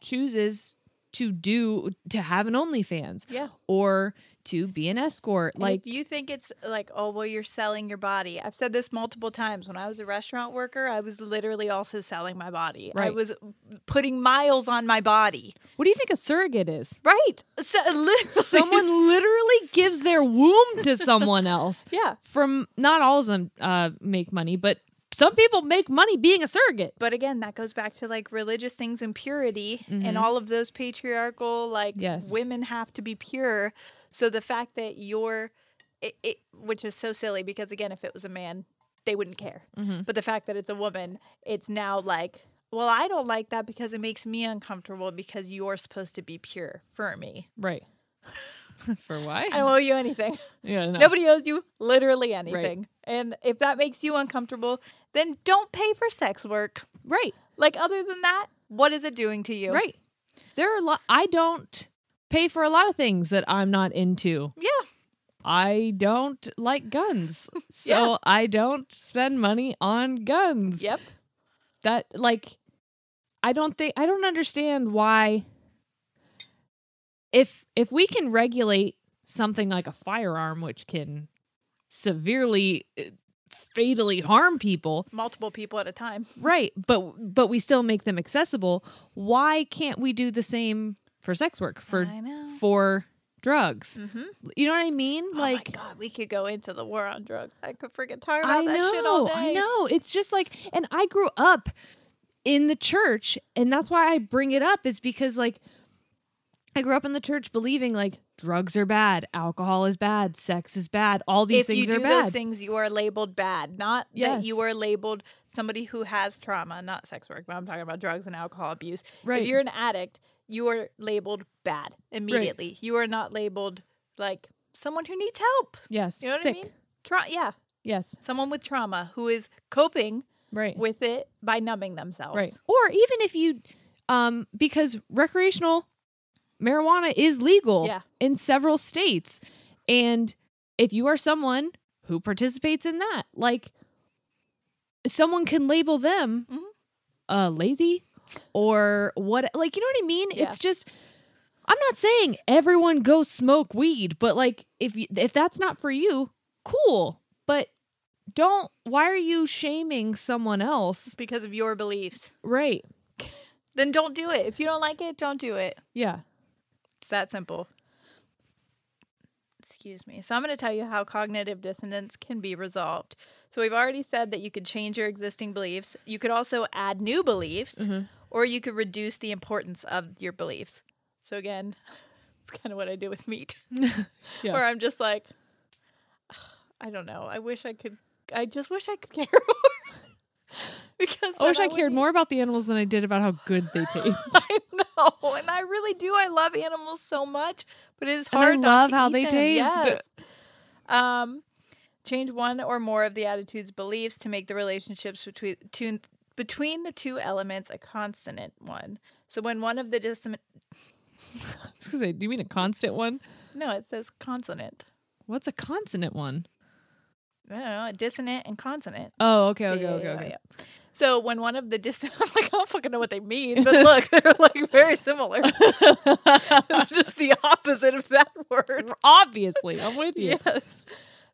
Speaker 2: chooses to do to have an OnlyFans,
Speaker 4: Yeah.
Speaker 2: or to be an escort,
Speaker 4: And
Speaker 2: like
Speaker 4: if you think it's like, oh well, you're selling your body. I've said this multiple times. When I was a restaurant worker, I was literally also selling my body. I
Speaker 2: Right.
Speaker 4: was putting miles on my body.
Speaker 2: What do you think a
Speaker 4: *laughs*
Speaker 2: surrogate is?
Speaker 4: Right. So literally,
Speaker 2: Someone literally gives their womb to someone else.
Speaker 4: Yeah.
Speaker 2: From not all of them uh, make money, but some people make money being a surrogate.
Speaker 4: but again that goes back to like religious things and purity and all of those patriarchal like
Speaker 2: Mm-hmm. Yes.
Speaker 4: women have to be pure so the fact that you're it, it which is so silly because again if it was a man they wouldn't care
Speaker 2: Mm-hmm.
Speaker 4: but the fact that it's a woman it's now like well i don't like that because it makes me uncomfortable because you're supposed to be pure for me
Speaker 2: Right. *laughs* For why?
Speaker 4: i don't owe you anything
Speaker 2: *laughs* yeah, no.
Speaker 4: nobody owes you literally anything and if that makes you uncomfortable then don't pay for sex work
Speaker 2: Right.
Speaker 4: like other than that, what is it doing to you?
Speaker 2: Right. There are a lot. I don't pay for a lot of things that I'm not into. *laughs*
Speaker 4: Yeah.
Speaker 2: I don't like guns,
Speaker 4: *laughs*
Speaker 2: so
Speaker 4: Yeah.
Speaker 2: I don't spend money on guns.
Speaker 4: Yep.
Speaker 2: that like i don't think i don't understand why if if we can regulate something like a firearm which can severely uh, fatally harm people
Speaker 4: Multiple people at a time. Oh
Speaker 2: right but but we still make them accessible why can't we do the same for sex work for
Speaker 4: I know.
Speaker 2: for drugs you know what i mean
Speaker 4: Like,
Speaker 2: like
Speaker 4: God, we could go into the war on drugs. I could freaking talk about
Speaker 2: I know,
Speaker 4: that shit all day.
Speaker 2: I know. It's just like, and I grew up in the church, and that's why I bring it up is because like I grew up in the church believing like drugs are bad, alcohol is bad, sex is bad, all these
Speaker 4: If
Speaker 2: things
Speaker 4: you
Speaker 2: are
Speaker 4: do
Speaker 2: bad.
Speaker 4: those things, you are labeled bad. Not
Speaker 2: Yes.
Speaker 4: that you are labeled somebody who has trauma, not sex work, but I'm talking about drugs and alcohol abuse.
Speaker 2: Right.
Speaker 4: If you're an addict, you are labeled bad immediately. You are not labeled like someone who needs help.
Speaker 2: yes,
Speaker 4: You know what
Speaker 2: sick.
Speaker 4: I mean? Tra- yeah,
Speaker 2: Yes,
Speaker 4: someone with trauma who is coping
Speaker 2: right,
Speaker 4: with it by numbing themselves.
Speaker 2: right. Or even if you, um, because recreational marijuana is legal
Speaker 4: Yeah.
Speaker 2: in several states, and if you are someone who participates in that, like someone can label them
Speaker 4: Mm-hmm.
Speaker 2: uh lazy or what like you know what i mean
Speaker 4: Yeah.
Speaker 2: it's just i'm not saying everyone go smoke weed but like if you, if that's not for you cool but don't why are you shaming someone else
Speaker 4: because of your beliefs.
Speaker 2: right
Speaker 4: Then don't do it. If you don't like it, don't do it.
Speaker 2: yeah
Speaker 4: It's that simple. Excuse me. So, I'm going to tell you how cognitive dissonance can be resolved. So, we've already said that you could change your existing beliefs. You could also add new beliefs,
Speaker 2: Mm-hmm.
Speaker 4: or you could reduce the importance of your beliefs. So, again, *laughs* it's kind of what I do with
Speaker 2: *laughs*
Speaker 4: meat, where I'm just like, I don't know. I wish I could. I just wish I could *laughs* care more. *laughs* because
Speaker 2: i wish
Speaker 4: then
Speaker 2: i
Speaker 4: would
Speaker 2: cared
Speaker 4: be-
Speaker 2: more about the animals than i did about how good
Speaker 4: *laughs*
Speaker 2: they taste *laughs*
Speaker 4: I know, and I really do. I love animals so much, but it is
Speaker 2: And I
Speaker 4: hard. not
Speaker 2: love
Speaker 4: to
Speaker 2: how
Speaker 4: eat
Speaker 2: they
Speaker 4: them.
Speaker 2: taste.
Speaker 4: Yes. Um, change one or more of the attitudes, beliefs to make the relationships between tune, between the two elements a consonant one. So when one of the dissonant,
Speaker 2: Excuse me, do you mean a constant one
Speaker 4: no, it says consonant.
Speaker 2: what's a consonant one
Speaker 4: I don't know, a dissonant and consonant.
Speaker 2: Oh, okay, okay,
Speaker 4: Yeah,
Speaker 2: okay,
Speaker 4: yeah,
Speaker 2: okay.
Speaker 4: yeah. So when one of the dissonant, *laughs* I'm like, I don't fucking know what they mean, but look, *laughs* they're like very similar. *laughs* They're just the opposite of that *laughs* word.
Speaker 2: *laughs* Obviously, I'm with you.
Speaker 4: Yes.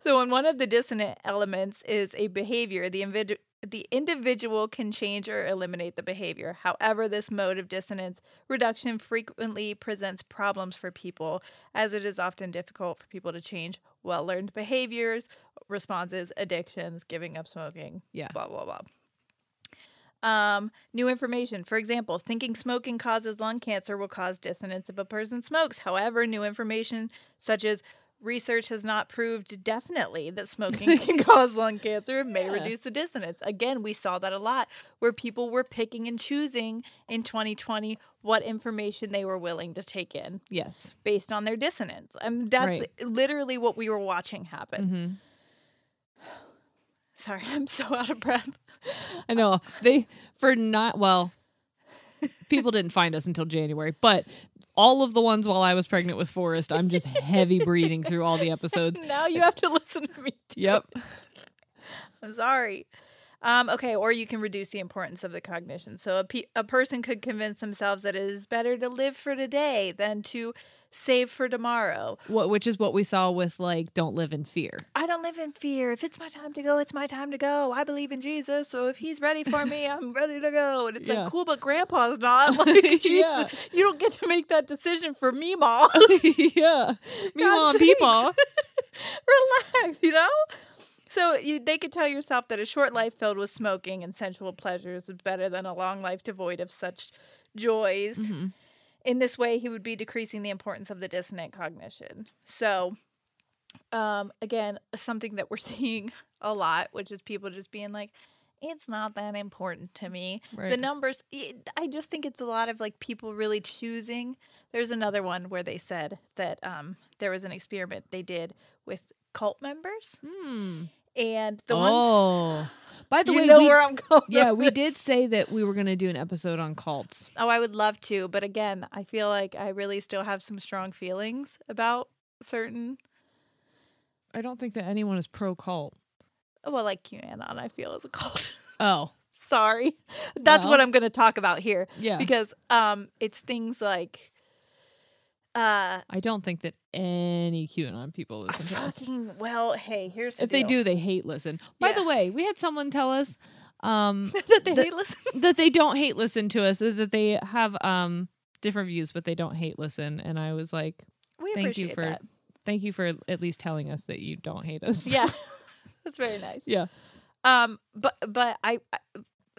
Speaker 4: So when one of the dissonant elements is a behavior, the invid- the individual can change or eliminate the behavior. However, this mode of dissonance reduction frequently presents problems for people, as it is often difficult for people to change well-learned behaviors, responses, addictions, giving up smoking,
Speaker 2: Yeah.
Speaker 4: blah blah blah. Um, new information. For example, thinking smoking causes lung cancer will cause dissonance if a person smokes. However, new information such as research has not proved definitely that smoking *laughs* can cause lung cancer and may reduce the dissonance. Again, we saw that a lot where people were picking and choosing in 2020 what information they were willing to take in
Speaker 2: Yes.
Speaker 4: based on their dissonance. And that's literally what we were watching happen.
Speaker 2: Mhm.
Speaker 4: *sighs* Sorry, I'm so out of breath. *laughs*
Speaker 2: I know they for not well. People didn't find us until January, but all of the ones while I was pregnant with Forrest, I'm just heavy breathing through all the episodes.
Speaker 4: Now you have to listen to me. do
Speaker 2: Yep.
Speaker 4: I'm sorry. Um, okay, or you can reduce the importance of the cognition. So a, pe- a person could convince themselves that it is better to live for today than to save for tomorrow.
Speaker 2: What which is what we saw with like don't live
Speaker 4: *laughs*
Speaker 2: in fear.
Speaker 4: I don't live in fear. If it's my time to go, it's my time to go. I believe in Jesus, so if he's ready for me,
Speaker 2: *laughs*
Speaker 4: I'm ready to go. And it's
Speaker 2: Yeah.
Speaker 4: like, cool, but
Speaker 2: *laughs*
Speaker 4: grandpa's not. *laughs* Like, Jesus,
Speaker 2: Yeah.
Speaker 4: you don't get to make that decision for me, mom.
Speaker 2: *laughs* yeah. Me
Speaker 4: God
Speaker 2: on
Speaker 4: sakes.
Speaker 2: people.
Speaker 4: relax, you know? So you, they could tell yourself that a short life filled with smoking and sensual pleasures is better than a long life devoid of such joys. In this way, he would be decreasing the importance of the dissonant cognition. So, um, again, something that we're *laughs* seeing a lot, which is people just being like, it's not that important to me. The
Speaker 2: Right.
Speaker 4: numbers, it, I just think it's a lot of like people really choosing. There's another one where they said that um, there was an experiment they did with cult members. And *laughs* the ones,
Speaker 2: Hmm. oh. By the
Speaker 4: you
Speaker 2: way,
Speaker 4: know
Speaker 2: we,
Speaker 4: where I'm *laughs* going.
Speaker 2: yeah,
Speaker 4: with
Speaker 2: we did
Speaker 4: this.
Speaker 2: say that we were going to do an episode on cults.
Speaker 4: Oh, I would love to, but again, I feel like I really still have some strong feelings about certain,
Speaker 2: I don't think that anyone is pro cult.
Speaker 4: well, like QAnon, I feel is a cult. *laughs*
Speaker 2: Oh,
Speaker 4: Sorry. That's what
Speaker 2: Well.
Speaker 4: I'm going to talk about here.
Speaker 2: Yeah.
Speaker 4: Because um, it's things like, uh,
Speaker 2: I don't think that any QAnon people listen to us.
Speaker 4: fucking, well, hey, here's the
Speaker 2: If they
Speaker 4: deal.
Speaker 2: do, they hate listen. By the
Speaker 4: Yeah.
Speaker 2: way, we had someone tell us *laughs* um,
Speaker 4: *laughs* that they
Speaker 2: the-
Speaker 4: hate listen.
Speaker 2: that they don't hate listen to us, that they have um, different views, but they don't hate listen. And I was like,
Speaker 4: We
Speaker 2: thank
Speaker 4: appreciate
Speaker 2: you for
Speaker 4: that.
Speaker 2: thank you for at least telling us that you don't hate us.
Speaker 4: Yeah. That's very nice.
Speaker 2: *laughs* yeah.
Speaker 4: Um, but but I, I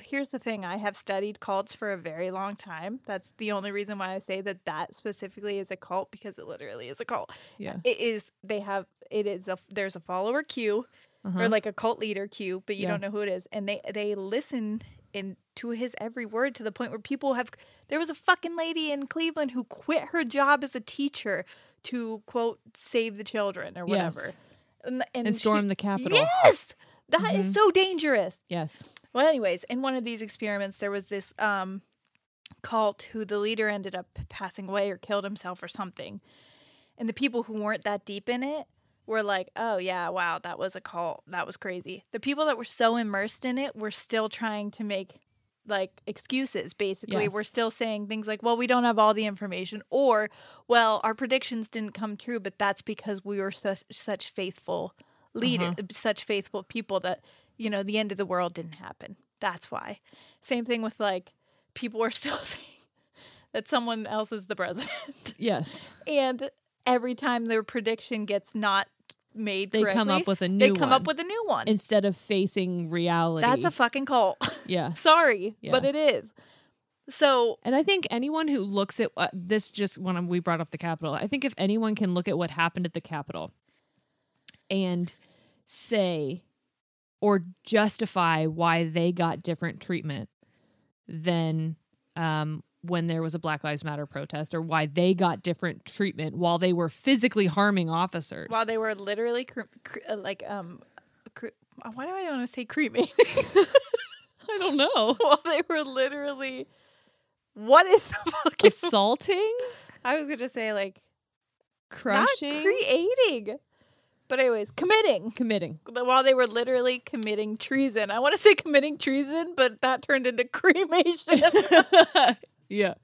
Speaker 4: here's the thing: I have studied cults for a very long time. That's the only reason why I say that that specifically is a cult because it literally is a cult.
Speaker 2: Yeah.
Speaker 4: It is. They have. It is a. There's a follower queue
Speaker 2: Uh-huh.
Speaker 4: or like a cult leader queue, but you
Speaker 2: Yeah.
Speaker 4: don't know who it is, and they they listen. in to his every word to the point where people have there was a fucking lady in Cleveland who quit her job as a teacher to quote save the children or
Speaker 2: Yes.
Speaker 4: whatever and,
Speaker 2: And
Speaker 4: she-
Speaker 2: storm the Capitol.
Speaker 4: Yes, that is so dangerous.
Speaker 2: yes.
Speaker 4: Well, anyways, in one of these experiments, there was this um, cult who the leader ended up passing away or killed himself or something, and the people who weren't that deep in it were like, "Oh yeah, wow, that was a cult. That was crazy." The people that were so immersed in it were still trying to make like excuses basically we're
Speaker 2: Yes.
Speaker 4: still saying things like well we don't have all the information or well our predictions didn't come true but that's because we were such such faithful leader such faithful people that you know the end of the world didn't happen that's why same thing with like people are *laughs* still saying that someone else is the president *laughs*
Speaker 2: Yes.
Speaker 4: and every time their prediction gets not made
Speaker 2: They come
Speaker 4: correctly,
Speaker 2: up with a
Speaker 4: they
Speaker 2: new
Speaker 4: come up
Speaker 2: one.
Speaker 4: with a new one
Speaker 2: Instead of facing reality.
Speaker 4: that's a fucking cult
Speaker 2: yeah.
Speaker 4: *laughs* sorry but
Speaker 2: Yeah.
Speaker 4: it is so
Speaker 2: And I think anyone who looks at uh, this, just when we brought up the Capitol, I think if anyone can look at what happened at the Capitol and say or justify why they got different treatment than um, when there was a Black Lives Matter protest, or why they got different treatment while they were physically harming officers.
Speaker 4: while they were literally cre- cre- uh, like um cre- uh, why do i want to say *laughs* cremated
Speaker 2: I don't know.
Speaker 4: *laughs* while they were literally what is the fucking *laughs*
Speaker 2: Assaulting,
Speaker 4: I was gonna say like
Speaker 2: crushing.
Speaker 4: not creating. But anyways, committing
Speaker 2: Committing.
Speaker 4: while they were literally committing treason. I want to say committing treason, but that turned into *laughs*
Speaker 2: *laughs*
Speaker 4: cremation
Speaker 2: Yeah.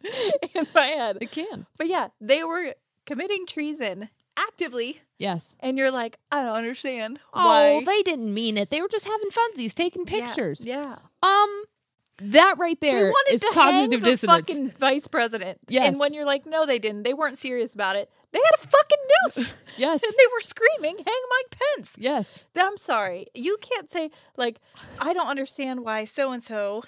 Speaker 4: in my head.
Speaker 2: It can.
Speaker 4: But yeah, they were committing treason actively,
Speaker 2: Yes.
Speaker 4: and you're like, I don't understand
Speaker 2: Oh,
Speaker 4: why.
Speaker 2: they didn't mean it. They were just having funsies, taking
Speaker 4: Yeah,
Speaker 2: pictures.
Speaker 4: Yeah,
Speaker 2: Um, that right
Speaker 4: they
Speaker 2: there
Speaker 4: wanted
Speaker 2: is
Speaker 4: to
Speaker 2: cognitive
Speaker 4: hang the
Speaker 2: dissonance.
Speaker 4: fucking vice president.
Speaker 2: Yes.
Speaker 4: and when you're like, no, they didn't. They weren't serious about it. They had a fucking noose,
Speaker 2: *laughs* Yes.
Speaker 4: and they were screaming, "Hang Mike Pence!"
Speaker 2: Yes.
Speaker 4: That I'm sorry. You can't say like I don't understand why so and so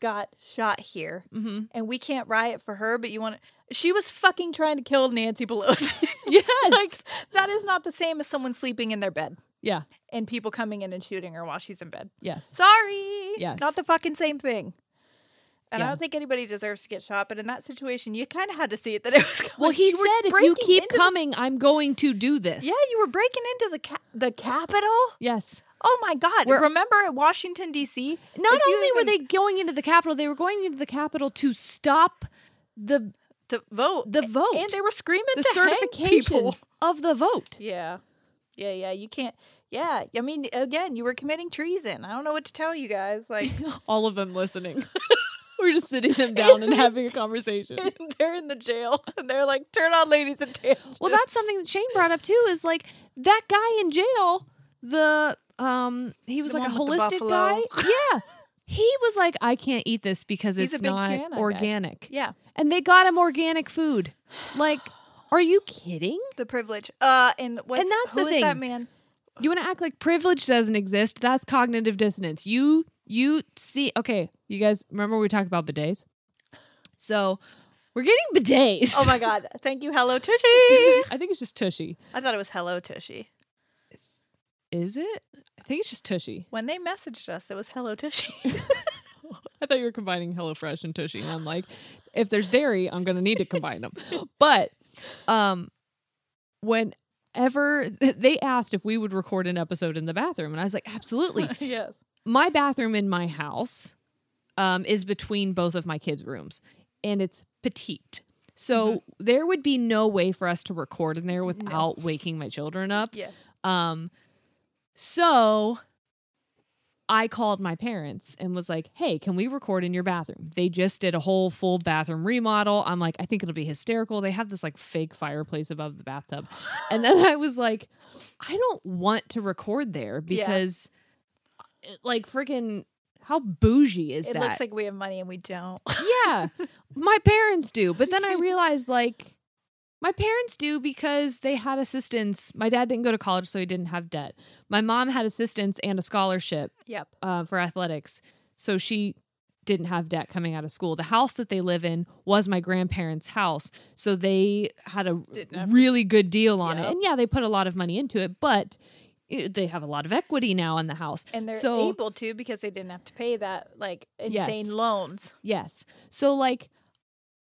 Speaker 4: got shot here
Speaker 2: Mm-hmm.
Speaker 4: and we can't riot for her, but you want to she was fucking trying to kill Nancy Pelosi. *laughs*
Speaker 2: Yes.
Speaker 4: like that is not the same as someone sleeping in their bed
Speaker 2: Yeah.
Speaker 4: and people coming in and shooting her while she's in bed.
Speaker 2: Yes.
Speaker 4: Sorry.
Speaker 2: Yes.
Speaker 4: Not the fucking same thing. And I
Speaker 2: Yeah.
Speaker 4: don't think anybody deserves to get shot, but in that situation, you kind of had to see it that it was. Going.
Speaker 2: Well, he
Speaker 4: you were
Speaker 2: said if you
Speaker 4: breaking
Speaker 2: keep
Speaker 4: into the-
Speaker 2: coming, I'm going to do this.
Speaker 4: yeah, you were breaking into the ca- the Capitol.
Speaker 2: Yes.
Speaker 4: Oh my God!
Speaker 2: We're-
Speaker 4: Remember at Washington D.C.
Speaker 2: Not
Speaker 4: If you
Speaker 2: only were
Speaker 4: even-
Speaker 2: they going into the Capitol, they were going into the Capitol to stop the
Speaker 4: to vote,
Speaker 2: the
Speaker 4: a-
Speaker 2: vote.
Speaker 4: and they were screaming
Speaker 2: the
Speaker 4: to hang
Speaker 2: certification
Speaker 4: people. *laughs*
Speaker 2: of the vote.
Speaker 4: Yeah, yeah, yeah. You can't. Yeah, I mean, again, you were committing treason. I don't know what to tell you
Speaker 2: *laughs*
Speaker 4: guys. Like *laughs*
Speaker 2: All of them *laughs* listening. we're just sitting them down and having a conversation.
Speaker 4: they're in the jail, *laughs* and they're like, "Turn on, ladies and gentlemen."
Speaker 2: *laughs* Well, that's something that Shane brought up too. Is like that guy in jail. The um, he was
Speaker 4: The
Speaker 2: like a
Speaker 4: one with the
Speaker 2: holistic guy.
Speaker 4: buffalo.
Speaker 2: Yeah, he was like, I can't eat this because
Speaker 4: He's a
Speaker 2: it's
Speaker 4: big
Speaker 2: not
Speaker 4: can, I bet.
Speaker 2: organic.
Speaker 4: *laughs* Yeah,
Speaker 2: And they got him organic food. Like, are you kidding?
Speaker 4: the privilege. Uh, and what's,
Speaker 2: And that's
Speaker 4: who
Speaker 2: the
Speaker 4: is that
Speaker 2: thing.
Speaker 4: man?
Speaker 2: You want to act like privilege doesn't exist? That's cognitive dissonance. You you see. Okay, you guys remember we talked about bidets? So we're getting bidets.
Speaker 4: Oh my God! Thank you, Hello Tushy.
Speaker 2: *laughs* I think it's just tushy.
Speaker 4: I thought it was Hello Tushy.
Speaker 2: Is it? I think it's just tushy.
Speaker 4: When they messaged us, it was Hello Tushy. *laughs*
Speaker 2: I thought you were combining HelloFresh and Tushy, and I'm like, if there's dairy, I'm gonna need to combine them. But um, whenever *laughs* they asked if we would record an episode in the bathroom, and I was like, absolutely.
Speaker 4: yes.
Speaker 2: my bathroom in my house um, is between both of my kids' rooms, and it's petite. So there would be no way for us to record in there without waking my children up.
Speaker 4: Yeah.
Speaker 2: Um, so I called my parents and was like, "Hey, can we record in your bathroom?" They just did a whole full bathroom remodel. I'm like, "I think it'll be hysterical." They have this like fake fireplace above the bathtub. And then I was like, "I don't want to record there because uh, it- like freaking how bougie is
Speaker 4: It
Speaker 2: that?"
Speaker 4: looks like we have money and we don't. *laughs*
Speaker 2: yeah my parents do but then i realized like my parents do because they had assistance my dad didn't go to college so he didn't have debt my mom had assistance and a scholarship
Speaker 4: Yep.
Speaker 2: uh, for athletics so she didn't have debt coming out of school the house that they live in was my grandparents house so they had a
Speaker 4: Didn't have to-
Speaker 2: really good deal on it
Speaker 4: Yep.
Speaker 2: and yeah they put a lot of money into it but it, they have a lot of equity now in the house
Speaker 4: and they're
Speaker 2: so,
Speaker 4: able to because they didn't have to pay that like
Speaker 2: Yes.
Speaker 4: insane loans.
Speaker 2: Yes. So like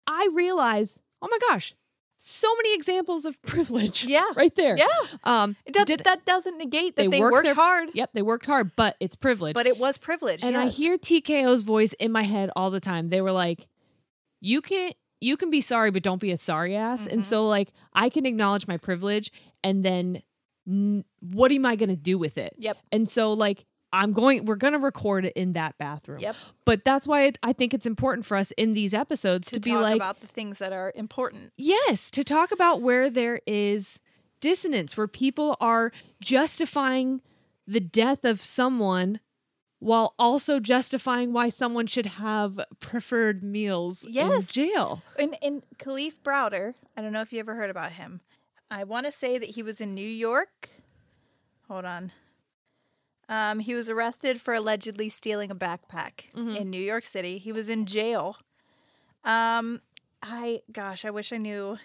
Speaker 2: I realize, oh my gosh, so many examples of *laughs* privilege.
Speaker 4: Yeah.
Speaker 2: Right there.
Speaker 4: Yeah,
Speaker 2: Um
Speaker 4: it does,
Speaker 2: did-
Speaker 4: that doesn't negate that they,
Speaker 2: worked
Speaker 4: worked
Speaker 2: their-
Speaker 4: hard,
Speaker 2: Yep, they worked hard, but it's privilege.
Speaker 4: but it was privilege.
Speaker 2: and I
Speaker 4: yes.
Speaker 2: hear TKO's voice in my head all the time. They were like, You can you can be sorry, but don't be a sorry ass.
Speaker 4: Mm-hmm.
Speaker 2: And so like I can acknowledge my privilege and then n- what am I gonna do with it?
Speaker 4: Yep.
Speaker 2: And so like I'm going we're going to record it in that bathroom.
Speaker 4: Yep.
Speaker 2: But that's why it, I think it's important for us in these episodes to,
Speaker 4: to,
Speaker 2: be
Speaker 4: talk
Speaker 2: like
Speaker 4: about the things that are important.
Speaker 2: Yes, to talk about where there is dissonance, where people are justifying the death of someone while also justifying why someone should have preferred meals in
Speaker 4: Yes.
Speaker 2: jail.
Speaker 4: And and Khalif Browder, I don't know if you ever heard about him. I want to say that he was in New York. Hold on. Um, he was arrested for allegedly stealing a backpack
Speaker 2: Mm-hmm.
Speaker 4: in New York City. He was in jail. Um, I gosh, I wish I knew.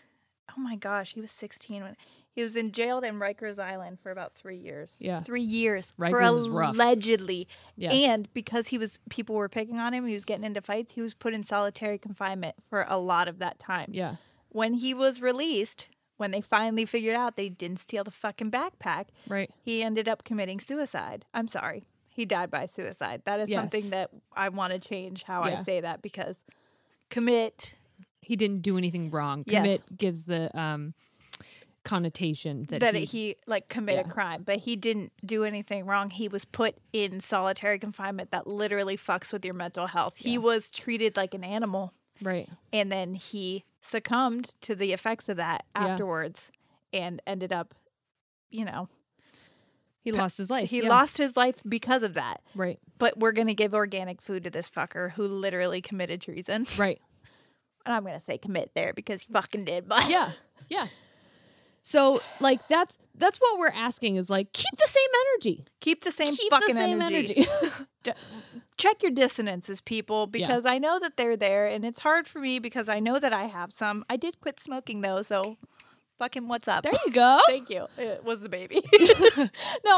Speaker 4: Oh my gosh, he was 16 when he was in jail in Rikers Island for about three years.
Speaker 2: Yeah.
Speaker 4: three years
Speaker 2: Rikers is
Speaker 4: for
Speaker 2: rough.
Speaker 4: allegedly.
Speaker 2: Yes.
Speaker 4: And because he was, people were picking on him. He was getting into fights. He was put in solitary confinement for a lot of that time.
Speaker 2: Yeah.
Speaker 4: When he was released, when they finally figured out they didn't steal the fucking backpack,
Speaker 2: Right.
Speaker 4: he ended up committing suicide. I'm sorry. He died by suicide. That is
Speaker 2: Yes.
Speaker 4: something that I want to change how
Speaker 2: Yeah.
Speaker 4: I say that because commit
Speaker 2: He didn't do anything wrong.
Speaker 4: Yes.
Speaker 2: Commit gives the um connotation that,
Speaker 4: that
Speaker 2: he,
Speaker 4: he like committed a crime, but he didn't do anything wrong. He was put in solitary confinement that literally fucks with your mental health. He was treated like an animal
Speaker 2: right
Speaker 4: and then he succumbed to the effects of that
Speaker 2: Yeah.
Speaker 4: afterwards and ended up you know,
Speaker 2: he lost his life.
Speaker 4: he
Speaker 2: yeah.
Speaker 4: lost his life because of that.
Speaker 2: right,
Speaker 4: But we're going to give organic food to this fucker who literally committed treason.
Speaker 2: right.
Speaker 4: And I'm going to say commit there because he fucking did. But
Speaker 2: Yeah. Yeah. So like that's that's what we're asking is like keep the same energy.
Speaker 4: *laughs* keep the same
Speaker 2: keep
Speaker 4: fucking
Speaker 2: the same
Speaker 4: energy.
Speaker 2: energy. *laughs*
Speaker 4: check your dissonances, people, because I know that they're there, and it's hard for me because I know that I have some. I did quit smoking though, so fucking what's up?
Speaker 2: there
Speaker 4: *laughs*
Speaker 2: you go.
Speaker 4: Thank you. It was the
Speaker 2: *laughs*
Speaker 4: baby. *laughs* no,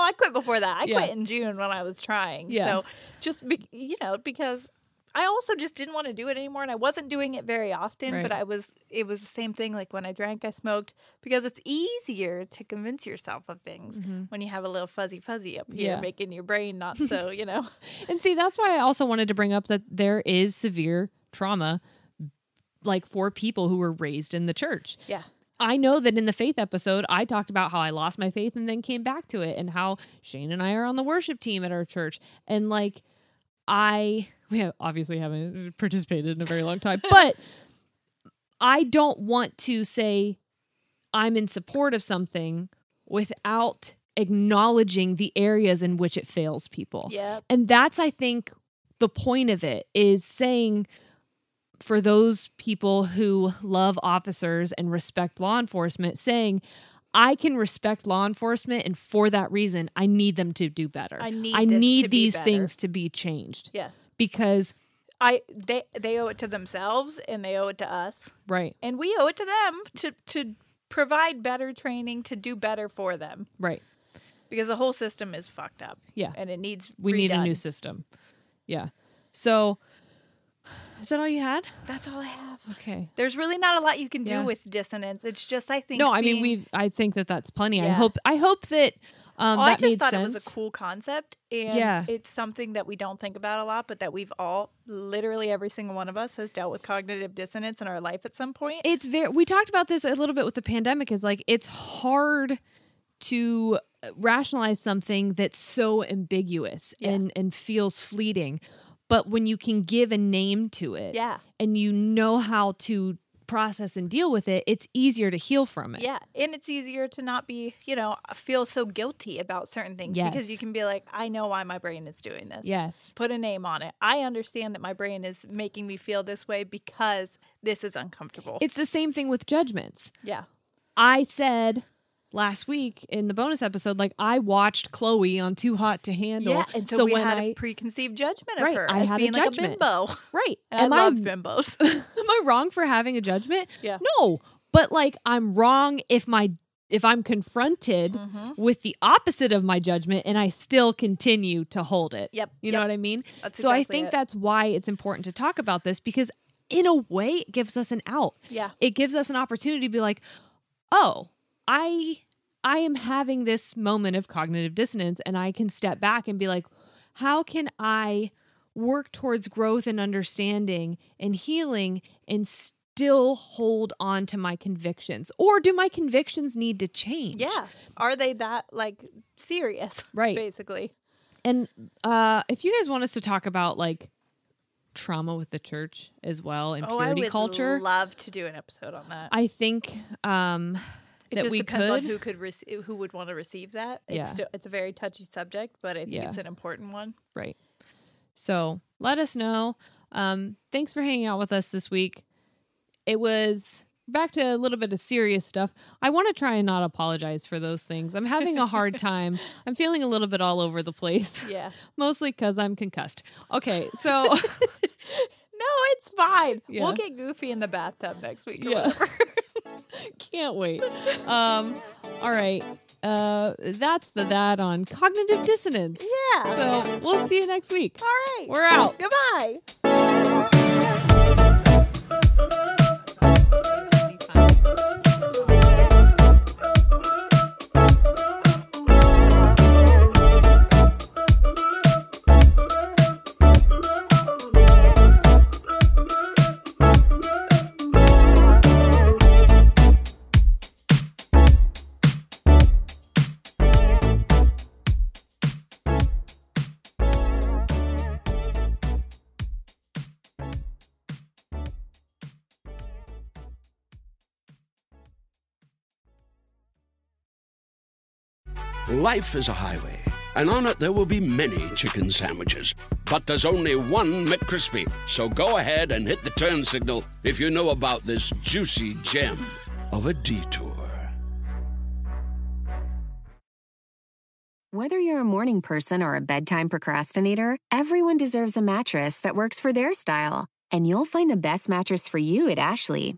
Speaker 4: I quit before that. I
Speaker 2: Yeah.
Speaker 4: quit in June when I was trying.
Speaker 2: Yeah.
Speaker 4: So just be, you know because. I also just didn't want to do it anymore and I wasn't doing it very often, but
Speaker 2: Right.
Speaker 4: I was it was the same thing like when I drank I smoked because it's easier to convince yourself of things when you have a little fuzzy fuzzy up here
Speaker 2: Mm-hmm. Yeah.
Speaker 4: making your brain
Speaker 2: *laughs*
Speaker 4: not so, you know.
Speaker 2: And see, that's why I also wanted to bring up that there is severe trauma like for people who were raised in the church.
Speaker 4: Yeah.
Speaker 2: I know that in the faith episode, I talked about how I lost my faith and then came back to it, and how Shane and I are on the worship team at our church. And like, I *laughs* we have- obviously haven't participated in a very long time, but I don't want to say I'm in support of something without acknowledging the areas in which it fails people.
Speaker 4: Yep.
Speaker 2: And that's, I think, the point of it is saying for those people who love officers and respect law enforcement, saying, I can respect law enforcement, and for that reason, I need them to do better.
Speaker 4: I need
Speaker 2: I
Speaker 4: this to
Speaker 2: need
Speaker 4: be
Speaker 2: these
Speaker 4: better."
Speaker 2: things to be changed
Speaker 4: Yes.
Speaker 2: because,
Speaker 4: I they they owe it to themselves and they owe it to us.
Speaker 2: right,
Speaker 4: And we owe it to them to to provide better training to do better for them
Speaker 2: right,
Speaker 4: because the whole system is fucked up.
Speaker 2: Yeah.
Speaker 4: And it needs
Speaker 2: we need a new
Speaker 4: redone.
Speaker 2: system. Yeah. So, is that all you had?
Speaker 4: That's all I have.
Speaker 2: Okay.
Speaker 4: There's really not a lot you can do
Speaker 2: Yeah.
Speaker 4: with dissonance. It's just I think
Speaker 2: No, I mean
Speaker 4: being-
Speaker 2: we've. I think that that's plenty. I
Speaker 4: Yeah.
Speaker 2: hope. I hope that um,
Speaker 4: Oh,
Speaker 2: that
Speaker 4: I just
Speaker 2: made
Speaker 4: thought
Speaker 2: sense.
Speaker 4: it was a cool concept, and
Speaker 2: Yeah.
Speaker 4: it's something that we don't think about a lot, but that we've all, literally every single one of us, has dealt with cognitive dissonance in our life at some point.
Speaker 2: it's very we talked about this a little bit with the pandemic is like it's hard to uh, rationalize something that's so ambiguous and and feels fleeting but when you can give a name to it
Speaker 4: Yeah.
Speaker 2: and you know how to process and deal with it it's easier to heal from it
Speaker 4: Yeah, and it's easier to not be, you know, feel so guilty about certain things because you
Speaker 2: Yes.
Speaker 4: can be like, I know why my brain is doing this.
Speaker 2: yes
Speaker 4: Put a name on it. I understand that my brain is making me feel this way because this is uncomfortable.
Speaker 2: it's the same thing with judgments
Speaker 4: yeah.
Speaker 2: I said last week in the bonus episode, like I watched Chloe on Too Hot to Handle.
Speaker 4: Yeah, and so, we
Speaker 2: when
Speaker 4: had
Speaker 2: I
Speaker 4: a preconceived judgment of
Speaker 2: Right,
Speaker 4: her
Speaker 2: I
Speaker 4: as
Speaker 2: had a
Speaker 4: being like a
Speaker 2: judgment.
Speaker 4: bimbo. *laughs*
Speaker 2: right,
Speaker 4: And
Speaker 2: am
Speaker 4: I love
Speaker 2: I *laughs*
Speaker 4: bimbos.
Speaker 2: am I wrong for having a judgment?
Speaker 4: Yeah.
Speaker 2: No, but like I'm wrong if my if I'm confronted
Speaker 4: Mm-hmm.
Speaker 2: with the opposite of my judgment and I still continue to hold it.
Speaker 4: Yep,
Speaker 2: You know
Speaker 4: yep.
Speaker 2: what I mean?
Speaker 4: That's
Speaker 2: so I
Speaker 4: exactly
Speaker 2: think
Speaker 4: it.
Speaker 2: that's why it's important to talk about this because in a way it gives us an out.
Speaker 4: Yeah.
Speaker 2: It gives us an opportunity to be like, "Oh, I I am having this moment of cognitive dissonance and I can step back and be like, how can I work towards growth and understanding and healing and still hold on to my convictions or do my convictions need to change?
Speaker 4: yeah. Are they that like serious?
Speaker 2: Right.
Speaker 4: Basically.
Speaker 2: And uh if you guys want us to talk about like trauma with the church as well and
Speaker 4: Oh, I
Speaker 2: purity
Speaker 4: would
Speaker 2: culture,
Speaker 4: love to do an episode on that.
Speaker 2: I think um
Speaker 4: It
Speaker 2: that
Speaker 4: just
Speaker 2: we
Speaker 4: depends
Speaker 2: could
Speaker 4: on who could receive, who would want to receive that. It's
Speaker 2: Yeah.
Speaker 4: still, it's a very touchy subject, but I think
Speaker 2: Yeah.
Speaker 4: it's an important one.
Speaker 2: Right. So let us know. Um, thanks for hanging out with us this week. It was back to a little bit of serious stuff. I want to try and not apologize for those things. I'm having a hard *laughs* time. I'm feeling a little bit all over the place. *laughs*
Speaker 4: Yeah.
Speaker 2: Mostly because I'm concussed. Okay. *laughs* So,
Speaker 4: No, it's fine.
Speaker 2: Yeah.
Speaker 4: We'll get goofy in the bathtub next week. or
Speaker 2: Yeah. *laughs*
Speaker 4: whatever.
Speaker 2: can't wait. Um, all right. Uh, that's the that on cognitive dissonance.
Speaker 4: yeah.
Speaker 2: So we'll see you next week.
Speaker 4: All right.
Speaker 2: We're out.
Speaker 4: Goodbye.
Speaker 6: Life is a highway, and on it there will be many chicken sandwiches. But there's only one McCrispy. So go ahead and hit the turn signal if you know about this juicy gem of a detour.
Speaker 7: Whether you're a morning person or a bedtime procrastinator, everyone deserves a mattress that works for their style. And you'll find the best mattress for you at Ashley.